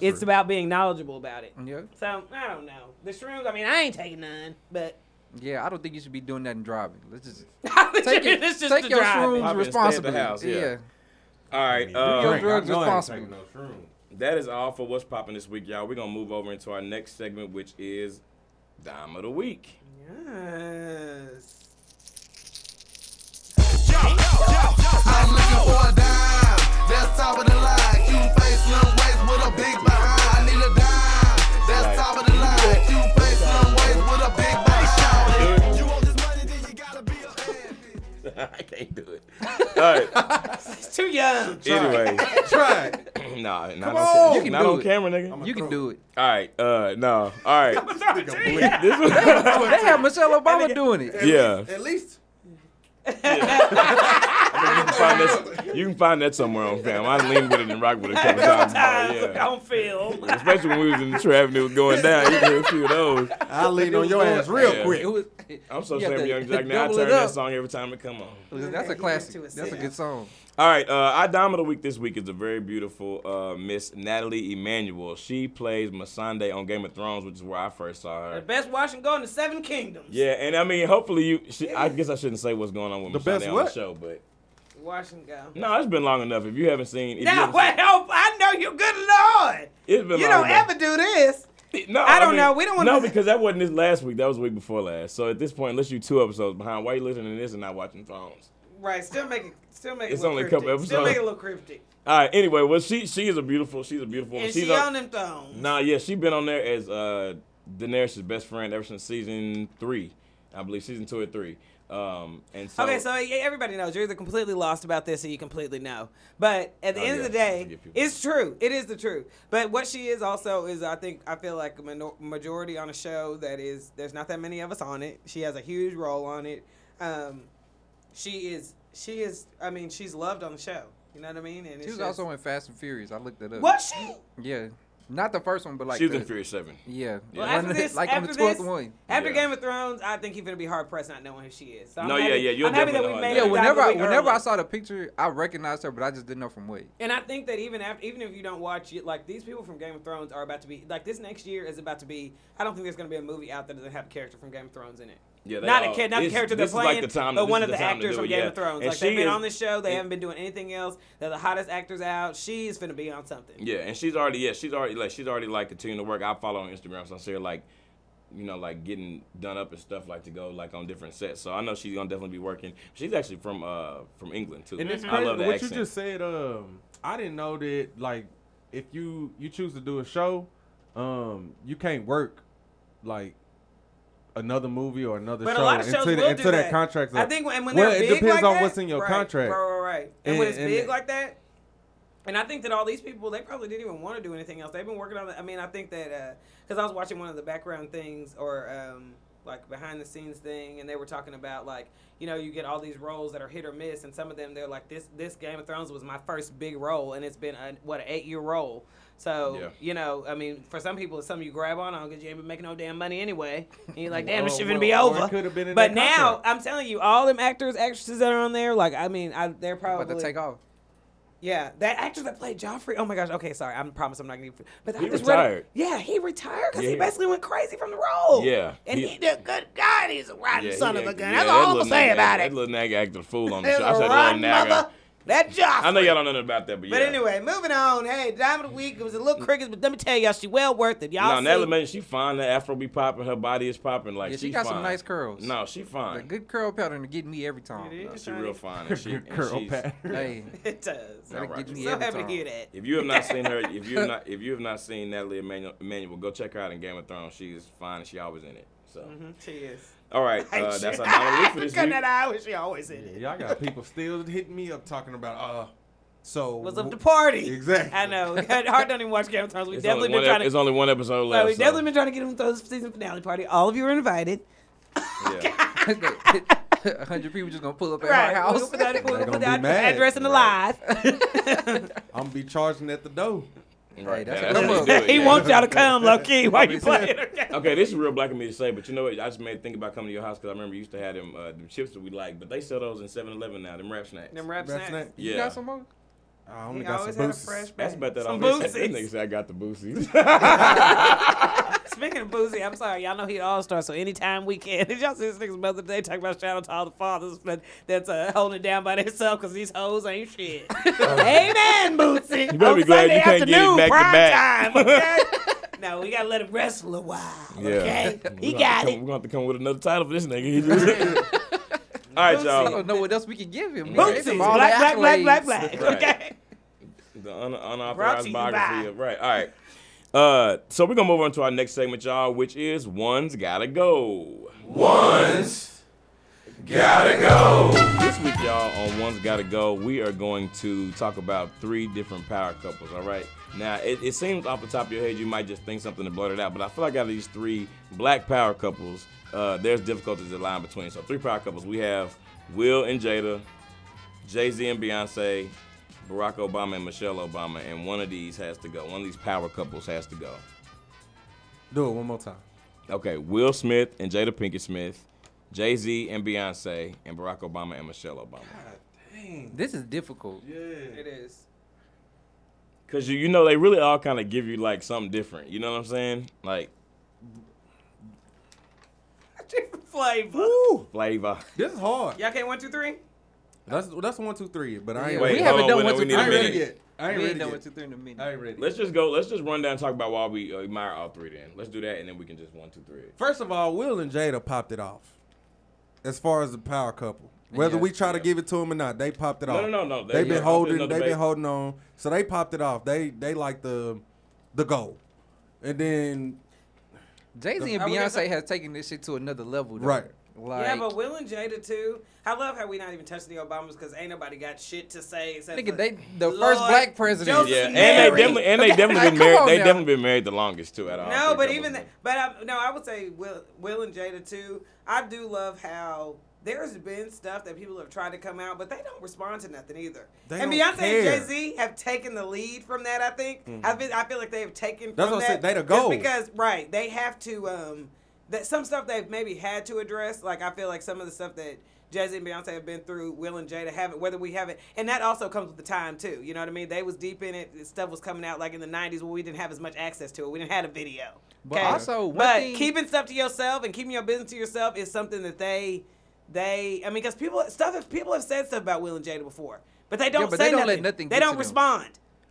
B: it's
D: right.
B: about being knowledgeable about it.
C: Yeah.
B: So I don't know. The shrooms, I mean, I ain't taking none, but
C: Yeah, I don't think you should be doing that and driving. Let's just
B: take
C: take, it,
B: it's just
C: take
B: the
C: your
A: Pop it and stay
B: driving.
C: shrooms
A: at the
C: responsibly.
A: house, yeah.
C: yeah.
A: All right.
C: your
A: Uh,
D: Drink.
C: drugs
D: I know I ain't
C: responsibly.
D: taking no shrooms.
A: that is all for what's popping this week, y'all. We're gonna move over into our next segment, which is dime of the week.
B: Yes.
F: I'm looking for a dime. That's top of the line. Cute face, slim waist with a big behind. I need a dime. That's top of the line. Cute face, slim waist with a big behind. You want this money, then you gotta be a bad bitch.
A: I can't do it. All right.
B: It's too young.
A: Anyway,
D: Try it.
A: nah, not
D: on.
A: on,
D: You
A: camera.
C: can
A: not
C: do
A: on
C: it.
A: camera, nigga.
C: You can do it.
A: All right. Uh, no. All right. This
C: They
A: was-
C: have Michelle Obama doing it.
A: yeah.
D: At least.
A: You can find that. You can find that somewhere on fam. I leaned with it and rocked with it a couple times.
B: Sometimes
A: Yeah.
B: don't feel.
A: Especially when we was in the traffic, and it was going down. You could feel those.
D: I'll lean on your ass real
A: Yeah.
D: quick.
C: It was,
A: I'm so
C: you have
A: ashamed of
C: to
A: Young Jack. Now I
C: double
A: turn
C: it
A: that
C: up.
A: song every time it come on.
C: That's a
B: He
C: classic.
B: went to a
C: That's a
B: sit.
C: good song.
A: All right, uh, our dime of the week this week is a very beautiful uh, Miss Natalie Emanuel. She plays Masande on Game of Thrones, which is where I first saw
B: The
A: her.
B: best wash and go in the seven kingdoms.
A: Yeah, and I mean, hopefully you. She, I guess I shouldn't say what's going on with
D: The
A: Masande
D: best
A: on the
D: what?
A: show, but
B: Wash and go.
A: no, it's been long enough. If you haven't seen, if you
B: Now,
A: haven't seen-
B: well, I know you good lord.
A: it's been
B: You
A: long
B: don't
A: enough.
B: ever do this.
A: No,
B: I don't know. We don't wanna-
A: No, because that wasn't this last week. That was the week before last. So at this point, unless you two episodes behind, why you listening to this and not watching Thrones?
B: Right, still make it, still make it.
A: It's
B: look
A: only a
B: cryptic.
A: couple
B: Still make it
A: episodes.
B: look cryptic.
A: All right. Anyway, well, she she is a beautiful. She's a beautiful woman.
B: And she
A: a-
B: on them thongs.
A: Nah, yeah, she been on there as uh, Daenerys' best friend ever since season three, I believe season two or three. Um, and so
B: Okay, so yeah, everybody knows you're either completely lost about this or you completely know. But at the
A: Oh,
B: end of
A: yeah,
B: the day,
A: forget people.
B: it's true. It is the truth. But what she is also is, I think, I feel like a minor- majority on a show that is there's not that many of us on it. She has a huge role on it. Um, she is, she is. I mean, she's loved on the show. You know what I mean? And
C: She was
B: just-
C: also in Fast and Furious. I looked it up.
B: was she?
C: Yeah. Not the first one, but like
A: she was
C: the,
A: in Furious Seven.
C: Yeah.
B: Well,
C: One
B: after
C: of the-
B: this,
C: like
B: after
C: on the twelfth
B: this,
C: one.
B: After
A: Yeah.
B: Game of Thrones, I think you're gonna be hard pressed not knowing who she is. So I'm
A: No,
B: happy,
A: yeah, yeah, you'll
B: I'm happy that we
A: definitely know
B: made
A: that.
B: it
C: Yeah,
A: Died
C: whenever I,
B: back a week
C: whenever I
B: early.
C: saw the picture, I recognized her, but I just didn't know from what.
B: And I think that even after, even if you don't watch it, like these people from Game of Thrones are about to be like this next year is about to be. I don't think there's going to be a movie out that doesn't have a character from Game of Thrones in it.
A: Yeah, they
B: not a
A: all-
B: kid, not the
A: this-
B: character they're
A: this is like
B: playing,
A: the time-
B: but
A: this
B: one
A: is
B: of
A: the
B: the,
A: time to
B: actors
A: do
B: from
A: it,
B: Game
A: yeah.
B: of Thrones.
A: And
B: like they've
A: she
B: been
A: is-
B: on this show, they
A: it-
B: haven't been doing anything else. They're the hottest actors out. She's finna be on something.
A: Yeah, and she's already yeah she's already like she's already like continuing to work. I follow her on Instagram, so I see her like, you know, like getting done up and stuff like to go like on different sets. So I know she's gonna definitely be working. She's actually from uh from England too.
D: And it's
A: I
D: crazy.
A: love the
D: what
A: accent.
D: you just said, um, I didn't know that like if you you choose to do a show, um, you can't work like another movie or another
B: But
D: show
B: a lot of shows
D: until,
B: will
D: until
B: do
D: that,
B: that.
D: contract's
B: I
D: up.
B: think when, when
D: Well,
B: they're
D: it
B: big
D: depends
B: like
D: on
B: that-
D: what's in your
B: right,
D: contract.
B: Right, right, right. And, when
D: And-
B: it's
D: and
B: big
D: that-
B: like that, and I think that all these people, they probably didn't even want to do anything else. They've been working on it. I mean, I think that because I was watching one of the background things or um, like behind the scenes thing, and they were talking about like you know you get all these roles that are hit or miss, and some of them they're like this this Game of Thrones was my first big role, and it's been a, what an eight year role. So
A: Yeah.
B: you know, I mean, for some people, it's something you grab on on because you ain't been making no damn money anyway, and you're like, damn, this
D: Well,
B: shit gonna
D: well,
B: be
D: or it
B: over.
D: could've been in
B: but
D: that
B: now
D: contract.
B: I'm telling you, all them actors, actresses that are on there, like I mean, I, they're
C: But
B: probably
C: to take off.
B: Yeah, that actor that played Joffrey. Oh my gosh. Okay, sorry. I promise I'm not gonna. get- But I
A: He
B: just read-
A: retired.
B: yeah, he retired because he
A: Yeah.
B: basically went crazy from the role.
A: Yeah,
B: and
A: he-
B: he, did good. God, he's a rotten
A: Yeah, he
B: son of
A: act-
B: a gun.
A: yeah,
B: That's all
A: that
B: I'm gonna
A: little
B: say
A: nigga
B: about
A: act-
B: it.
A: That little nag acted a fool on the
B: He's
A: show. I
B: a
A: said little
B: rotten
A: nag.
B: mother.
A: act-
B: That Joffrey.
A: I know y'all don't know nothing about that, but yeah. Mm.
B: But anyway, moving on. Hey, Diamond of the Week. It was a little crickets, but let me tell y'all, she well worth it.
A: No,
B: Y'all see?
A: Natalie Mason, she fine. The afro be popping. Her body is popping. Like
C: Yeah, she
A: she's
C: got some
A: fine.
C: nice curls.
A: No, she fine.
C: A good curl pattern to get me every time.
B: It
A: No,
B: is.
A: she real fine. And she, and
D: curl
A: she's-
D: pattern.
C: Hey,
B: it does.
A: All right.
C: get me
B: So
C: every
B: happy
C: time.
B: to hear that.
A: If you have not seen her, if you have not, if you have not seen Natalie Emanuel, Emanuel, go check her out in Game of Thrones. She's fine. and She always in it. So,
B: Mm-hmm. Cheers.
A: all right, uh, that's our nominee for this
B: Because
A: week.
B: that I wish she always in it.
D: Y'all got people still hitting me up talking about uh. So
B: Was up the party.
D: Exactly.
B: I know. Hard don't even watch Game of Thrones. We've
A: It's
B: definitely
A: only,
B: been
A: one
B: trying
A: ep-
B: to
A: it's only one episode
B: Well,
A: left.
B: we've
A: so,
B: definitely been trying to get him through the season finale party. All of you are invited.
A: yeah.
C: a hundred people just gonna pull up at
B: Right.
C: our
B: We'll
C: house.
B: put that, we'll
D: They're
B: put
D: gonna
B: that
D: be mad.
B: address in the
A: Right.
B: live.
D: I'm gonna be charging at the door.
A: Right,
C: that's
A: yeah,
C: a
A: that's
C: good
A: how you
C: look.
A: do it,
B: he
A: yeah.
B: wants y'all to come, low key, while you
C: Obviously.
B: playing.
A: Okay, this is real black of me to say, but you know what? I just made think about coming to your house because I remember you used to have them, uh, them chips that we like, but they sell those in 7-Eleven now, them wrap snacks.
B: Them rap
D: That's
B: snacks.
D: not-
A: yeah.
C: You got some more?
D: I
B: He
D: only got
B: always
D: some
B: had a
D: boosters.
B: fresh
A: That's
B: bag.
A: about that.
B: Some
A: I'm saying. This
B: boosies.
A: nigga said I got the boosies.
B: Speaking of boozy, I'm sorry, y'all know he an all star, so anytime we can. Did y'all see this nigga's mother today talking about shout out to all the fathers that, that's uh, holding it down by themselves because these hoes ain't shit. Amen, Bootsy.
A: You better be
B: On
A: glad
B: Sunday
A: you can't get it
B: afternoon,
A: back to
B: prime
A: back.
B: Time, okay? no, we gotta let him rest for a while.
A: Yeah.
B: Okay, he
A: We're gonna have to come-
B: got it.
A: We're gonna have to come with another title for this nigga. He just- All right,
C: I
A: y'all.
C: don't know what else we can give him. man. Give
B: Bootsy,
C: him
B: black,
C: all
B: black,
C: the
B: black, black,
C: accolades.
B: black.
A: Right.
B: Okay.
A: The un-
B: Brought to
A: unauthorized
B: you
A: biography.
B: by-
A: Of, right. All right. Uh, so we're gonna move on to our next segment, y'all, which is one's gotta go.
D: Ones gotta go.
A: This week, y'all, on One's Gotta Go, we are going to talk about three different power couples, all right? Now, it, it seems off the top of your head you might just think something and blurt it out, but I feel like out of these three black power couples, uh, there's difficulties that lie in between. So, three power couples we have Will and Jada, Jay Z and Beyonce, Barack Obama and Michelle Obama, and one of these has to go. One of these power couples has to go.
D: Do it one more time.
A: Okay, Will Smith and Jada Pinkett Smith, Jay Z and Beyonce, and Barack Obama and Michelle Obama.
D: Dang.
C: This is difficult.
D: Yeah.
B: It is.
A: Cause you you know they really all kind of give you like something different. You know what I'm saying? Like
B: Different flavor.
D: Woo.
A: flavor.
D: This is hard.
B: Y'all can't one, two, three?
D: That's that's one, two, three. But I ain't
C: Yeah,
A: Wait,
D: ready.
C: we haven't
A: hold on,
C: done
A: wait,
C: one
A: we
C: to
A: need a
D: I ain't
C: three
A: minute.
D: ready yet. I ain't
C: We
D: ready
C: ain't done
D: yet.
C: with two three in a minute.
D: I ain't ready.
A: Let's just go. Let's just run down and talk about why we uh, admire all three. Then let's do that, and then we can just one, two, three.
D: First of all, Will and Jada popped it off. As far as the power couple, whether
C: Yeah,
D: we try to
A: yeah.
D: give it to them or not, they popped it
A: No,
D: off.
A: no, no, no. They-
D: They've
A: yeah,
D: been
A: I
D: holding.
A: feel no
D: They've been
A: debate.
D: holding on. So they popped it off. They they like the the goal, and then
C: Jay Z and
B: Are we gonna-
C: Beyonce has taken this shit to another level. Though.
D: Right.
C: Like,
B: yeah, but Will and Jada too. I love how we not even touching the Obamas because ain't nobody got shit to say. Except
C: nigga,
B: for-
C: they the
B: Lord,
C: first black president.
B: Joseph
A: Yeah, and
B: Married.
A: they definitely and they
C: Okay,
A: definitely
C: like,
A: been
C: come
A: married.
C: on
A: They
C: now.
A: definitely been married the longest too. Out of all
B: no,
A: three
B: but
A: couples.
B: even that, but I, no, I would say Will Will and Jada too. I do love how there's been stuff that people have tried to come out, but they don't respond to nothing either.
D: They
B: and
D: don't
B: Beyonce
D: care.
B: and Jay Z have taken the lead from that. I think
A: Mm-hmm.
B: I feel I feel like they've taken
D: That's
B: from
D: what I
B: that
D: said, they the
B: just
D: goal.
B: because right they have to um that some stuff they've maybe had to address. Like I feel like some of the stuff that. Jay Z and Beyonce have been through. Will and Jada haven't. Whether we haven't, and that also comes with the time too. You know what I mean? They was deep in it. Stuff was coming out like in the '90s where we didn't have as much access to it. We didn't have a video.
C: But
B: Okay.
C: also, one
B: but
C: thing-
B: keeping stuff to yourself and keeping your business to yourself is something that they, they. I mean, because people stuff have- people have said stuff about Will and Jada before, but they don't
C: but
B: say
C: they don't
B: nothing.
C: let nothing
B: They
C: get to
B: don't
C: them.
B: respond.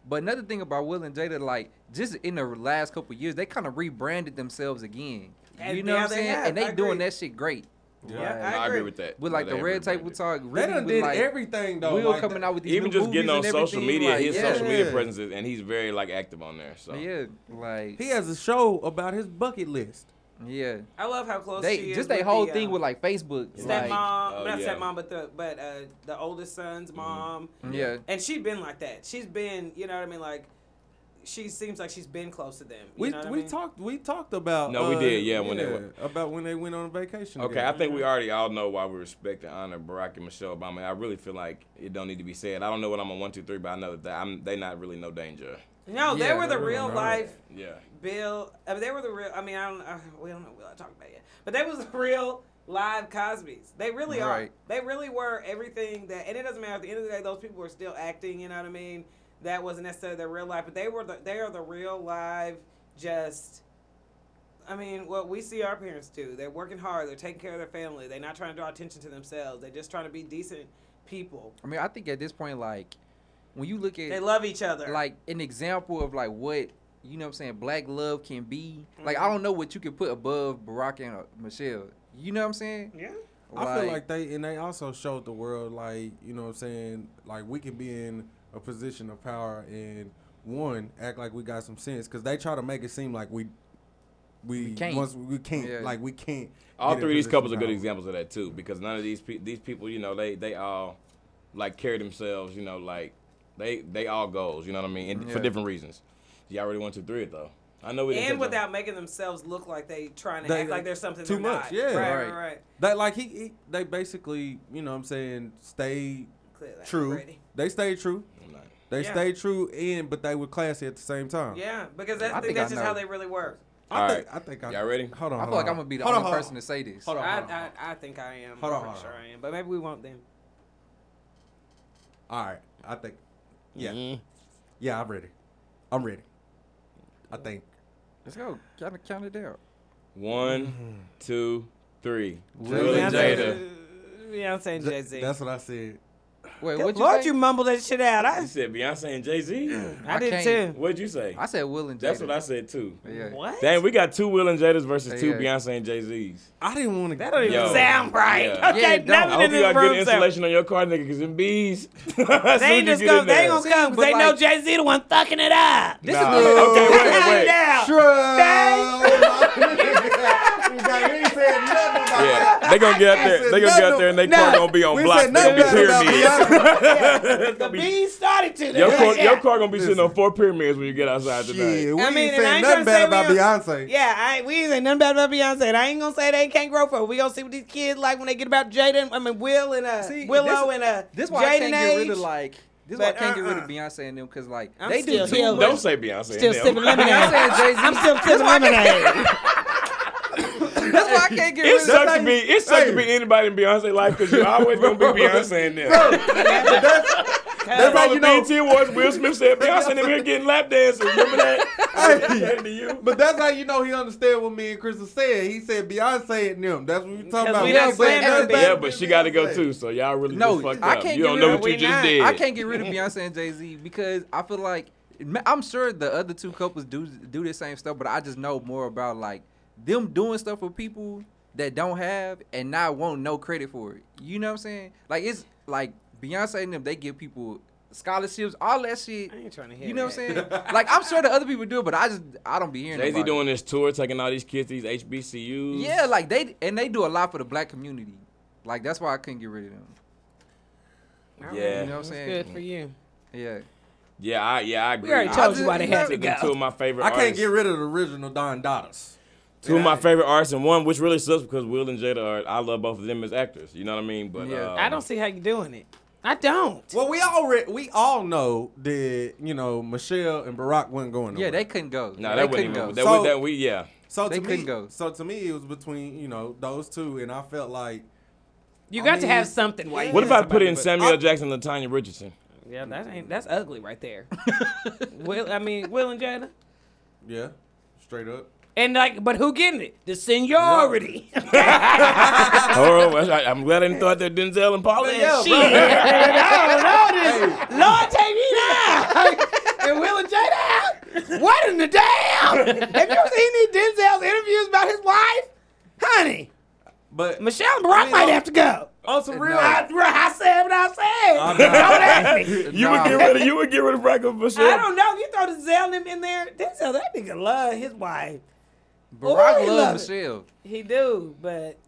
C: But another thing about Will and Jada, like just in the last couple years, they kind of rebranded themselves again.
B: And
C: you know what
B: now
C: I'm
B: they
C: saying?
B: have.
C: and they
B: I
C: doing
B: agree.
C: that shit great.
A: Yeah, no,
B: Yeah, I
A: I
B: agree.
A: agree with that.
C: With like
A: No,
C: the
A: they
C: red
A: haven't
C: table
A: been
C: talk,
D: they
C: really
D: done
C: with,
D: did
C: like,
D: everything though.
C: Will
D: like
C: coming
D: the-
C: out with these
A: Even
C: new
A: just getting on
C: movies and
A: social
C: everything,
A: media,
C: like,
A: his
C: yeah.
A: social media
D: Yeah.
A: presence, is, and he's very like active on there. So
C: Yeah, like
D: He has a show about his bucket list.
C: yeah.
B: I love how close she
C: They
B: is
C: just they
B: with
C: whole
B: the,
C: thing
B: uh,
C: with like Facebook,
B: stepmom,
C: like
A: Oh,
B: not
A: yeah.
B: stepmom, but the but uh, the oldest son's mom.
C: Mm-hmm. yeah.
B: And she's been like that. She's been, you know what I mean, like. She seems like she's been close to them. You
D: We
B: know what I
D: we
B: mean?
D: talked we talked about
A: No, we
D: uh,
A: did, yeah, when they went-
D: about when they went on vacation.
A: Okay, I
D: together.
A: think we already all know why we respect and honor Barack and Michelle Obama. I really feel like it don't need to be said. I don't know what I'm on one, two, three, but I know that they- I'm, they not really no danger.
B: No, they
C: Yeah,
B: were the
C: no, no,
B: real
D: no.
B: life
A: Yeah.
B: uh, Bill. I mean, they were the real. I mean, I don't. Uh, we don't know. Will I talk about it yet? But they was the real live Cosby's. They really are.
C: Right.
B: They really were everything that, and it doesn't matter. At the end of the day, those people were still acting. You know what I mean? That wasn't necessarily their real life, but they were. The, they are the real live. Just, I mean, what we see our parents do. They're working hard. They're taking care of their family. They're not trying to draw attention to themselves. They're just trying to be decent people.
C: I mean, I think at this point, like when you look at
B: They love each other.
C: like an example of like what you know what I'm saying black love can be. Like
D: Mm-hmm.
C: I don't know what you can put above Barack and uh, Michelle. You know what I'm saying?
B: yeah.
D: I feel like they and they also showed the world like you know what I'm saying like we can be in a position of power and one act like we got some sense because they try to make it seem like we we,
C: can't.
D: once we can't
C: Yeah.
D: like we can't.
A: All
D: get in
A: three of these
D: position
A: couples are
D: of
A: good
D: power.
A: examples of that too, because none of these pe- these people, you know, they they all like carry themselves, you know, like they they all goals, you know what I mean, and for
C: Yeah.
A: different reasons. Y'all already went to three it though. I know we didn't
B: And
A: touch on-
B: without making themselves look like they trying to
D: They-
B: act like there's something
D: too
B: they're
D: much,
B: Not.
D: yeah.
B: Right. Right.
C: Right.
B: right.
D: They like he, he they basically you know what I'm saying stay
B: Clear that,
D: true.
B: Brady.
D: They stay true.
A: I'm not-
D: They
B: Yeah.
D: stay true and but they were classy at the same time.
B: Yeah, because
C: I
B: that, I think
C: think I
B: that's just
C: know.
B: how they really work.
D: I
A: All
D: think
A: right.
D: I think I
A: Y'all ready?
D: Hold on.
C: I feel
D: hold
C: like
D: on.
C: I'm gonna be the
D: uh-huh. Hold on,
C: only
D: hold
C: person
D: on.
C: to say this.
D: Hold on.
B: I, I, I think I am. I'm
D: Hold on,
B: pretty
D: hold on.
B: sure I am, but maybe we won't then.
D: All right. I think. Yeah.
B: Mm-hmm.
A: Mhm.
D: Yeah. I'm ready. I'm ready. I think.
C: Let's go. Count it, count it down.
A: One, two, three.
D: Lil
A: Lil and
D: Jada.
A: Jada.
B: Beyonce and Jay
D: Th-
B: Z.
D: That's what I said.
C: Wait, what you
B: Lord,
C: say?
B: you mumbled that shit out.
A: I
B: I,
A: said Beyonce and Jay Z.
B: I,
C: I
B: did
C: can't-
B: too.
A: What'd you say?
C: I said Will and Jada.
A: That's what I said too.
C: Yeah.
B: What?
A: Dang, we got two Will and Jadas versus two
C: Yeah.
A: Beyonce and Jay Z's.
D: I didn't want to.
B: that don't even
A: Yo.
B: sound right.
A: Yeah.
B: Okay,
C: Yeah, it don't.
B: nothing
A: I hope
B: in
A: you got
B: this
A: good
B: room sound.
A: insulation on your car, nigga, because them bees. they
B: They ain't just gonna, they ain't gonna come because
C: but
B: they know
C: like-
B: Jay Z the one fucking it up.
C: This
A: Nah.
C: is literally-
A: Okay, wait, wait.
B: Down.
D: you ain't said nothing about that.
A: Yeah, they gonna get out there. They gonna get out there and they car gonna be on
D: We
A: block.
D: said
A: They gonna be
D: nothing about
A: pyramids.
B: The bees started to.
A: Your
B: them.
A: car,
B: Yeah.
A: your car gonna be sitting on four pyramids when you get outside
D: Shit,
A: tonight.
D: we
B: I mean, and
D: ain't
B: I
D: saying
B: ain't
D: nothing
B: tryna say
D: bad about
B: we
D: Beyonce.
B: Yeah, I ain't, we ain't say nothing bad about Beyonce. And I ain't gonna say they can't grow for. it. We gonna see what these kids like when they get about Jaden. I mean, Will and uh,
C: See,
B: Willow
C: this-
B: and uh,
C: This why I
B: Jaden
C: can't
B: age.
C: get rid of like. This why I
B: But,
C: can't get rid of
B: uh-uh.
C: Beyonce and them because like
B: I'm
C: they do
B: still
C: too
B: here.
C: much.
A: Don't say Beyonce.
B: still
A: and them.
B: sipping lemonade.
C: Beyonce and Jay Z.
B: I'm still sipping lemonade.
C: That's why I can't get
A: It
C: rid of.
A: sucks to be. It sucks to be anybody in Beyonce life because you're always gonna be Beyonce in there. That's
D: how
A: all
D: you
A: the
D: know-
A: BET Awards. Will Smith said Beyonce in here getting lap dances. Remember that? That to you.
D: But that's how you know he understand what me and Chris said. He said Beyonce and them. That's what you talking
B: Because
D: about.
B: we
C: Yeah,
B: not
C: but
B: slamming
C: every-
B: the
D: Beyonce.
A: Yeah,
B: bitch.
A: but she got to go too. So y'all really
C: No,
A: just fucked
C: I
A: up.
C: can't
A: You don't
C: get
A: know
C: rid
A: what
C: of-
A: you
B: we
A: just
B: not.
A: did.
C: I can't get rid of Beyonce and Jay Z because I feel like I'm sure the other two couples do do the same stuff, but I just know more about like them doing stuff for people that don't have and not want no credit for it. You know what I'm saying? Like it's like Beyonce and them, they give people scholarships, all that shit.
B: I ain't trying to hear
C: You know what
B: that.
C: I'm saying? like I'm sure the other people do it, but I just I don't be hearing.
A: Jay Z
C: about it.
A: doing this tour, taking all these kids to these HBCUs.
C: Yeah, like they and they do a lot for the black community. Like that's why I couldn't get rid of them.
A: Yeah.
C: You know what I'm
B: That's
C: saying?
B: good for you.
C: Yeah.
A: yeah, I, yeah, I agree.
B: already
A: I
B: told
A: just-
B: you why they had to
A: them
B: go.
A: Two of my favorite.
D: I can't
A: artists.
D: get rid of the original Don Dottas.
A: Two of my favorite artists, and one which really sucks because Will and Jada are. I love both of them as actors. You know what I mean? But
C: Yeah.
A: um,
B: I don't see how you doing it. I don't.
D: Well, we all re- we all know that you know Michelle and Barack wasn't going. Nowhere.
C: Yeah, they couldn't go.
A: No, that
C: couldn't
A: wouldn't even.
C: go.
A: That,
D: So-
A: would, that we yeah.
D: so
C: they
D: to me,
C: couldn't go.
D: So to me, it was between you know those two, and I felt like
B: You
D: I
B: got to
D: mean,
B: have something. While you
A: What if I
B: somebody,
A: put in
B: but-
A: Samuel
D: I-
A: Jackson and Tanya Richardson?
B: Yeah, that ain't. That's ugly right there. Will I mean Will and Jada.
D: yeah, straight up.
B: And like, but who getting it? The seniority.
A: oh, I, I'm glad I didn't throw out there Denzel and Paula.
D: Yeah,
B: Shit. I don't know this. Lord, take me now. and Will and Jada out. What in the damn? Have you seen these Denzel's interviews about his wife? Honey,
D: But
B: Michelle and Barack
D: Man,
B: might
D: I'm-
B: have to go.
D: on some real,
B: I, I said what I said.
C: Uh,
D: I'm
B: Don't
D: not-
B: ask me.
A: You would
C: Nah.
A: get rid of you would get rid of Michael Michelle.
B: I don't know. If you throw Denzel and him in there, Denzel, that nigga love his wife. Oh,
C: Barack
B: he love it.
C: loves Michelle.
B: He do, but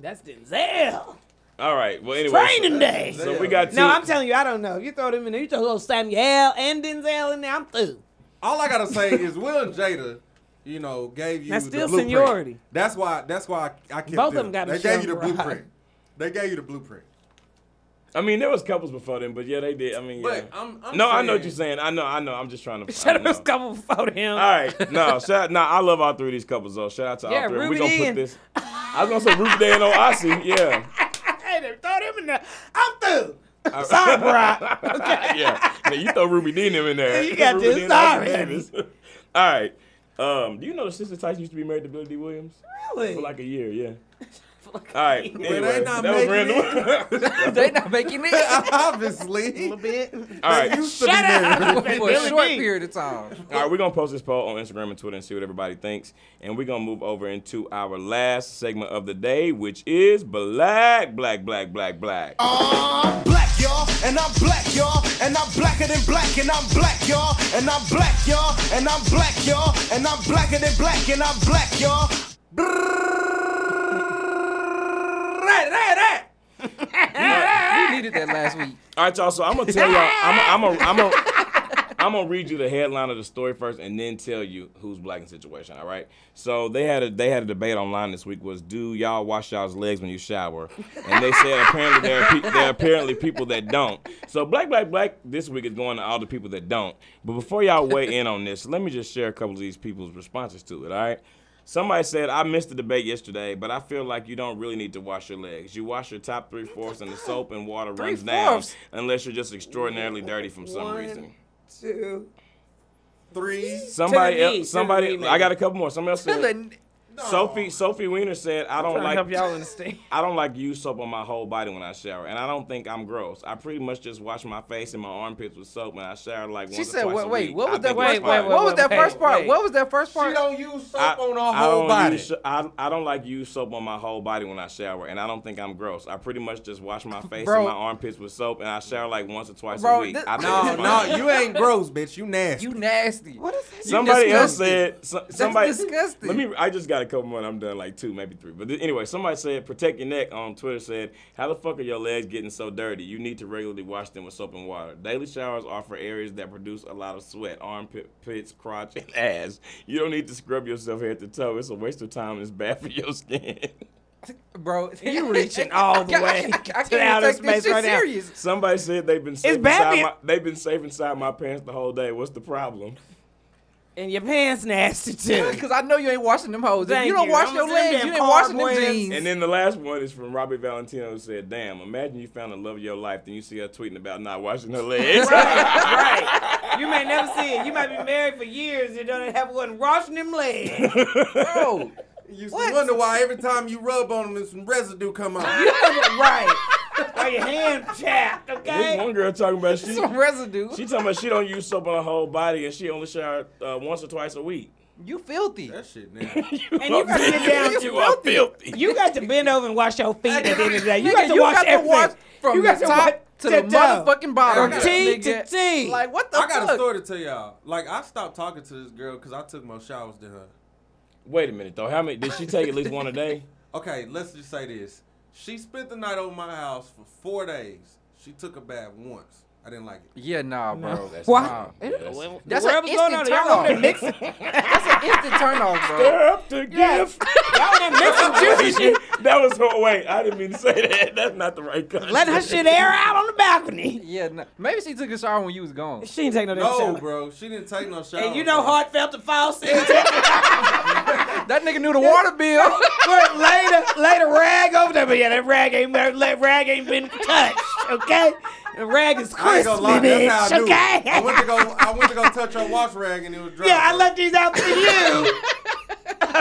B: that's Denzel.
A: All right. Well, anyway.
B: Training day.
A: So, so we got two.
B: No, I'm telling you, I don't know. If you throw them in there, you throw little Samuel and Denzel in there, I'm through.
D: all I gotta say is Will and Jada, you know, gave you
B: That's
D: the
B: still
D: blueprint.
B: seniority.
D: That's why. That's why I, I kept
B: Both of them got
D: They
B: Michelle
D: gave you the
B: and Barack.
D: blueprint. They gave you the blueprint.
A: I mean, there was couples before them, but yeah, they did. I mean, yeah.
D: But I'm- I'm
A: no, I know
D: saying-
A: what you're saying. I know, I know. I'm just trying to. I
B: Shut up,
A: know.
B: it's couple before him.
A: Uh, All right, no, shout, no, I love all three of these couples though. Shout out to
B: Yeah,
A: all three.
B: Ruben
A: We gonna put
B: in.
A: this. I was gonna say Roof Dan on Aussie. Yeah.
B: Hey, they throw them in there. I'm through. Sorry, Brock. Okay.
A: yeah. Now you throw Ruby Dean in there.
B: You got
A: Ruby
B: this.
A: Dee and Oscar
B: Sorry.
A: Davis. All right. Um, do you know that Sister Tyson used to be married to Billy D. Williams
B: Really?
A: for like a year? Yeah. All right. Anyway,
D: they not
A: that was
D: making
A: random.
C: they not making it
D: Obviously.
B: bit.
A: All
D: They
A: right.
D: used to be married.
C: for a short
B: D.
C: period of time.
A: All right, we're gonna post this poll on Instagram and Twitter and see what everybody thinks. And we're gonna move over into our last segment of the day, which is black, black, black, black, black.
F: I'm black, y'all, and I'm black, y'all, and I'm blacker than black, and I'm black, y'all, and I'm black, y'all, and I'm black, y'all, and I'm blacker than black, and I'm black, y'all.
C: We needed that last week.
A: All right, y'all. So I'm gonna tell y'all. I'm gonna I'm gonna I'm gonna read you the headline of the story first, and then tell you who's black in the situation. All right. So they had a they had a debate online this week. Was do y'all wash y'all's legs when you shower? And they said apparently there are pe- there are apparently people that don't. So black black black this week is going to all the people that don't. But before y'all weigh in on this, let me just share a couple of these people's responses to it. All right. Somebody said, I missed the debate yesterday, but I feel like you don't really need to wash your legs. You wash your top three fourths, and the soap and water runs down
C: Three-fourths?
A: unless you're just extraordinarily dirty from some
B: One.
A: reason.
B: Two.
D: Three.
A: Somebody
B: To the knee,
A: else,
B: to
A: somebody,
B: the knee,
A: I got a
B: maybe.
A: couple more. Somebody else said, Sophie, Sophie Weiner said, I don't like,
B: help y'all understand.
A: I don't like use soap on my whole body when I shower, and I don't think I'm gross. I pretty much just wash my face and my armpits with soap when I shower, like
C: She
A: once
C: said,
A: or twice
C: "Wait,
A: a
C: wait,
A: week.
C: what
A: I
C: was that
A: think it's
C: first
B: wait,
C: part?
A: fine."
B: wait,
C: What was that
B: wait,
C: first part?
B: wait.
C: What was that first
D: She
C: part?"
D: don't use soap
A: I,
D: on her
A: I
D: whole
A: don't
D: body.
A: Use, sho- I, I don't like use soap on my whole body when I shower, and I don't think I'm gross. I pretty much just wash my face
C: Bro.
A: and my armpits with soap, and I shower like once or twice
C: Bro,
A: a week.
C: this-
A: I think
D: no,
A: it's
D: no,
A: fine.
D: you ain't gross, bitch. You nasty.
C: You nasty. What is
A: Somebody else
C: disgusting.
A: said. So, somebody.
C: disgusting.
A: Let me. I just got a couple more. and I'm done like two, maybe three. But th- anyway, somebody said protect your neck on Twitter. Said how the fuck are your legs getting so dirty? You need to regularly wash them with soap and water. Daily showers are for areas that produce a lot of sweat, armpits, crotch, and ass. You don't need to scrub yourself head to toe. It's a waste of time and it's bad for your skin.
C: bro?
B: You reaching all the
C: I can't-
B: way
C: I can't- I
B: to
C: can't
B: outer
C: even take this
B: space
C: shit
B: right now.
C: serious.
A: Somebody said they've been safe
B: bad
A: inside
B: being-
A: my, they've been safe inside my pants the whole day. What's the problem?
B: And your pants nasty too.
C: Because I know you ain't washing them hoes. If
B: Thank
C: you don't
B: you.
C: wash
B: I'm
C: your
B: them
C: legs,
B: damn
C: you ain't washing them
B: carboys.
C: jeans.
A: And then the last one is from Robbie Valentino who said, Damn, imagine you found the love of your life, then you see her tweeting about not washing her legs.
B: right, right. You may never see it. You might be married for years and don't have one washing them legs.
C: bro,
D: You used
C: What?
D: to wonder why every time you rub on them, there's some residue come out.
B: right. Or your hand chapped,
A: This
B: okay?
A: one girl talking about she
C: some residue.
A: she talking about she don't use soap on her whole body and she only shower uh, once or twice a week.
C: You filthy.
D: that shit nasty.
B: And you gotta get down
A: you are filthy.
B: You got to bend over and wash your feet at the end of the day. You got
C: Nigga,
B: to
C: you
B: wash
C: got to
B: everything.
C: wash from
B: you got
C: the
B: to wash
C: top to the
B: toe.
C: motherfucking bottom.
B: From T to
C: nigga.
B: T.
C: Like what the
D: I got a
C: fuck?
D: story to tell y'all. Like I stopped talking to this girl because I took more showers than her.
A: Wait a minute though. How many did she take at least one a day?
D: Okay, let's just say this. She spent the night on my house for four days. She took a bath once. I didn't like it.
C: Yeah, nah, bro.
A: That's
B: Why?
A: not- yeah, that's-
C: That's
B: the
C: an
B: world was going
C: instant
B: on. Y'all over there
C: turn-off.
B: mixing.
C: That's an instant turnoff, bro.
A: Stir up the gift.
B: Y'all over there mixing juicy shit.
A: that was her wait, I didn't mean to say that. That's not the right concept.
B: Let her shit air out on the balcony.
C: Yeah, nah. maybe she took a shower when you was gone.
B: She ain't taking no damn
D: No,
B: shower.
D: bro. She didn't take no shower.
B: And you know
D: bro.
B: Hart felt the faucet. Put
C: That nigga knew the water bill.
B: later, later rag over there, but yeah, that rag ain't that rag ain't been touched, okay? The rag is
D: I
B: crispy,
D: ain't gonna lie. That's
B: bitch,
D: how I knew.
B: okay?
D: I went to go. I went to go touch her wash rag and it was dry.
B: Yeah, I
D: bro.
B: left these out to you.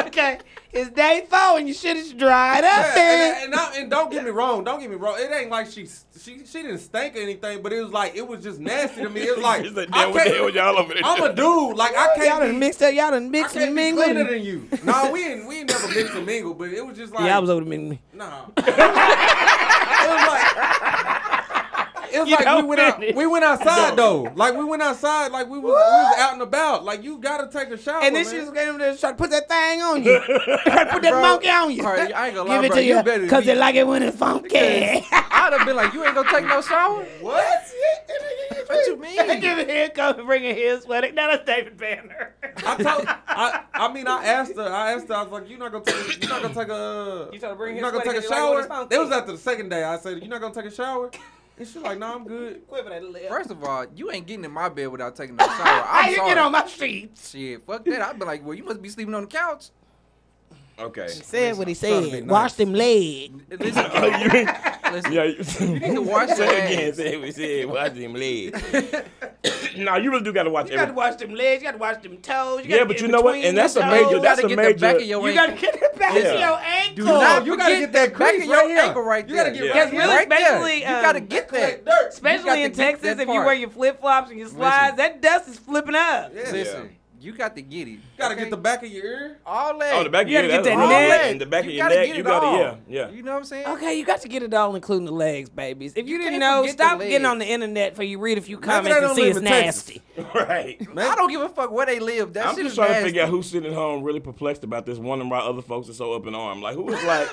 B: okay. It's day four and your shit is dried up,
D: Yeah,
B: man.
D: and, and, I, and don't get me wrong, don't get me wrong. It ain't like she she she didn't stink or anything, but it was like it was just nasty to me. It was like,
A: She's like,
D: I
A: damn, what the hell
D: can't,
A: y'all over there?
D: I'm a dude, like I
B: Y'all
D: can't
B: done
D: be,
B: mixed up. Y'all done
D: I
B: mixed
D: can't
B: and
D: be
B: mingled.
D: cleaner than you. No, we ain't we ain't never been to mingle, but it was just like
B: Yeah, I was over to mingle.
D: nah. it was like it was
B: You
D: like we
B: don't
D: went out,
B: finish.
D: we went outside though. Like we went outside, like we was, we was out and about. Like you gotta take a shower.
B: And then
D: man.
B: she was going over there trying to put that thing on you. trying to put that monkey on you.
C: All right, I ain't gonna lie,
B: Give it
C: bro.
B: to
C: You
B: you
C: better
B: because
C: be-
B: they like it when it's funky.
C: I'd have been like, you ain't gonna take no shower.
D: what?
C: What you mean?
B: Give it here, come bring it here, sweating. Now that's David Banner.
D: I told I I mean I asked her I asked her I was like you're not gonna take you're not gonna take a
B: You tryna bring
D: you're
B: his
D: not
B: sweater
D: gonna take a
B: 'cause you like when
D: shower.
B: it's funky.
D: it was after the second day I said you're not gonna take a shower and she's like no I'm good.
C: First of all, you ain't getting in my bed without taking no shower.
B: How
C: I'm
B: you
C: sorry.
B: get on my streets?
C: Shit, fuck that. I'd be like, well, you must be sleeping on the couch.
A: Okay.
B: Said what he
D: trying to be
B: said.
D: nice.
B: Wash them leg.
C: Listen, listen,
A: Yeah,
C: need to
A: you
C: wash your
A: say again.
C: hands.
A: Say we said watch them legs. nah, you really do gotta watch
B: You got to
A: everything.
B: watch them legs. You got to watch them toes.
A: Yeah,
B: gotta
A: but
B: get
A: you know what?
B: between
A: And that's
B: the
A: a major.
B: toes.
A: That's a
C: You gotta get the back of
A: major.
C: your
B: You got to get it back
A: Yeah.
B: to your ankle.
C: Do not
D: you gotta
C: forget
D: get that
C: the back
D: crease
C: of your
D: right here.
C: ankle right
D: You
C: there.
D: gotta get
A: Yeah.
B: Because really,
C: right there.
B: especially,
C: You
B: um,
C: gotta get that.
D: dirt.
C: You got
B: Especially
C: to
B: in
C: get
B: Texas,
C: that
B: if you
C: part.
B: wear your flip flops and your slides, that dust is flipping up.
D: Yeah.
C: Listen,
A: Yeah.
C: you got to get it.
D: Gotta
C: okay?
D: get the back of your ear.
C: all that.
A: Oh, the back of
B: You
A: your
B: gotta get
A: that's
B: that
A: all.
B: neck.
A: And the back of
C: You
A: your
C: gotta
A: neck.
C: get
A: You
C: it
A: gotta
C: all.
A: yeah yeah.
C: You know what I'm saying?
B: Okay, you got to get it all, including the legs, babies. If you,
C: You
B: didn't
C: can't
B: know,
C: forget the
B: stop
C: legs.
B: getting on the internet for you read a few
D: they
B: comments and
D: don't
B: see
D: live
B: it's
D: in Texas.
B: nasty.
A: Right.
D: Man.
C: I don't give a fuck where they live. That
A: I'm
C: shit
A: just
C: is
A: trying to
C: nasty.
A: figure out who's sitting at home really perplexed about this, wondering why other folks are so up in arm. Like, who was like,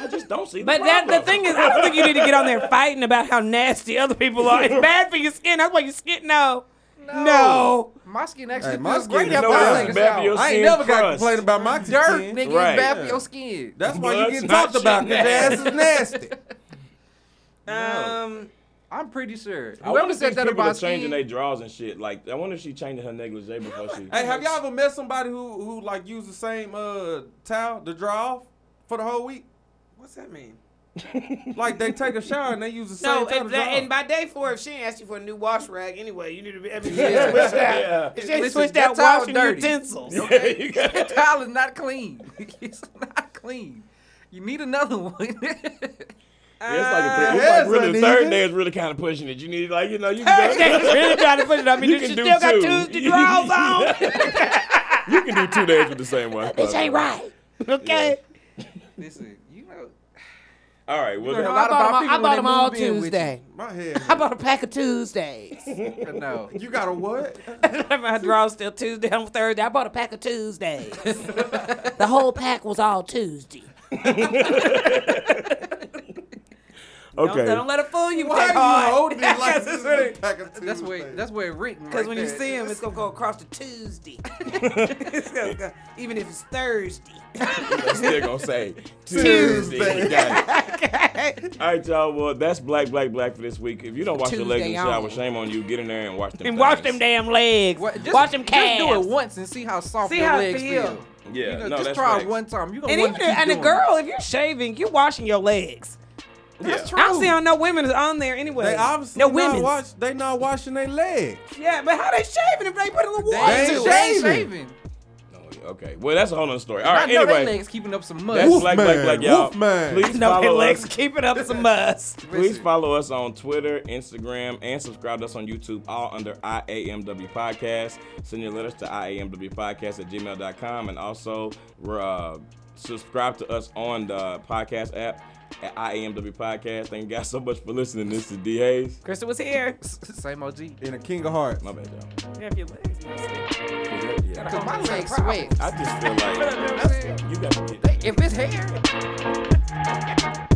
A: I just don't see. The
B: But that the
A: problem.
B: thing is, I don't think you need to get on there fighting about how nasty other people are. It's bad for your skin. That's why your skin. No, no.
C: My skin actually
D: Hey, my
C: feels
D: skin
C: great
D: is
C: after
D: no
C: I
D: worse
C: take
D: than
C: this
A: bad for
C: out.
A: your
D: I ain't
A: Seeing
D: never got to
A: crust.
D: complain about my
C: Dirt,
D: skin.
C: nigga, it's
A: Right.
C: bad
D: Yeah.
C: for your skin.
D: That's why
A: Blood's
D: you getting
A: not
D: talked about
A: shit
D: because your ass is
A: nasty.
D: nasty.
B: Um,
C: I'm pretty sure.
A: I wonder
C: Whoever
A: if these
C: said that
A: people are
C: about
A: changing
C: skin,
A: their drawers and shit. Like, I wonder if she changed her negligee before she.
D: Hey, have y'all ever met somebody who who like used the same uh towel to dry off for the whole week?
B: what's that mean?
D: Like they take a shower and they use the same
B: No,
D: towel
B: and,
D: to dry
B: that, and
D: off.
B: by day four, if she ain't asked you for a new wash rag anyway, you need to be. I mean, you
A: Yeah.
B: yeah. switch that.
A: Yeah.
B: If she ain't
C: Listen,
B: switched out
C: that towel's
B: washing
C: dirty.
B: utensils.
A: Okay, you got
C: that towel is not clean. it's not clean. You need another one.
A: it's like, a, it's
D: Yes,
A: like really the
D: uneven.
A: third day is really kind of pushing it. You need like you know you can
B: Thursday,
A: go,
B: really trying to push it. I mean,
A: You
B: you
A: can
B: she
A: do
B: still
A: two.
B: got Tuesday draws on.
A: you can do two days with the same one.
B: This ain't right. Okay.
C: Listen, you know,
A: All right, well,
C: You
A: then-
C: know,
B: I bought
C: lot of our
B: them all, I bought
C: people when
B: them
C: they
B: all
C: moved in with
B: Tuesday.
D: My head.
B: I bought a pack of Tuesdays.
C: no.
D: You got a what?
B: My draw's still Tuesday on Thursday. I bought a pack of Tuesdays. the whole pack was all Tuesday.
A: okay.
B: Don't, don't let it fool you
D: Why
B: that
D: are you holding
B: hard.
D: it like
B: That's
D: this?
B: what
D: is
B: it-
D: a pack of
C: That's where
D: Tuesdays?
C: that's where it written.
B: Because
C: right
B: when you
C: there.
B: see him, it's going to go across to Tuesday. It's gonna go- Even if it's Thursday.
A: I'm still gonna say
D: Tuesday.
A: Tuesday. Got it. All right, y'all. Well, that's Black, Black, Black for this week. If you don't watch the legs in
B: Tuesday
A: the shower,
B: on.
A: shame on you. Get in there and watch them.
B: And wash
A: things.
B: them damn legs.
C: What- just,
B: wash them calves.
C: Just do it once and see how soft
B: See
C: your
B: how it
C: legs
B: feel.
C: feel.
A: Yeah,
C: You know,
A: no,
C: just
A: that's
C: try
A: facts.
C: it one time. You gonna
B: And
C: want
B: even
C: to keep
B: and a
C: doing
B: girl, if you're shaving, you're washing your legs.
C: it. That's true.
B: I don't see how no women is on there anyway.
D: They obviously
B: no
D: not
B: women.
D: wash. They not washing their legs.
B: Yeah, but how they shaving if they put a little water
D: ain't
B: to
D: shaving.
B: it?
C: They shaving.
A: Oh, okay. Well, that's a whole other story. All
C: I
A: right.
C: know
A: Anyway,
C: they legs keeping up some mud.
A: that's
D: Wolfman,
A: Black, Black, Black, y'all.
D: Wolfman.
A: Please
B: No, their
A: follow
B: legs
A: us.
B: keeping up some must.
A: Please
C: Listen.
A: follow us on Twitter, Instagram, and subscribe to us on YouTube, all under IAMW Podcast. Send your letters to IAMWpodcast at gmail.com. And also, uh, subscribe to us on the podcast app at IAMW Podcast. Thank you guys so much for listening. This is D. Hayes.
B: Krista was here.
C: Same OG.
D: In a king of hearts.
A: My bad, y'all.
B: Yeah, if your legs must.
A: Yeah.
C: So my legs sweat.
A: I just feel like
C: You know what I'm saying?
A: you got to get
C: If it's hair.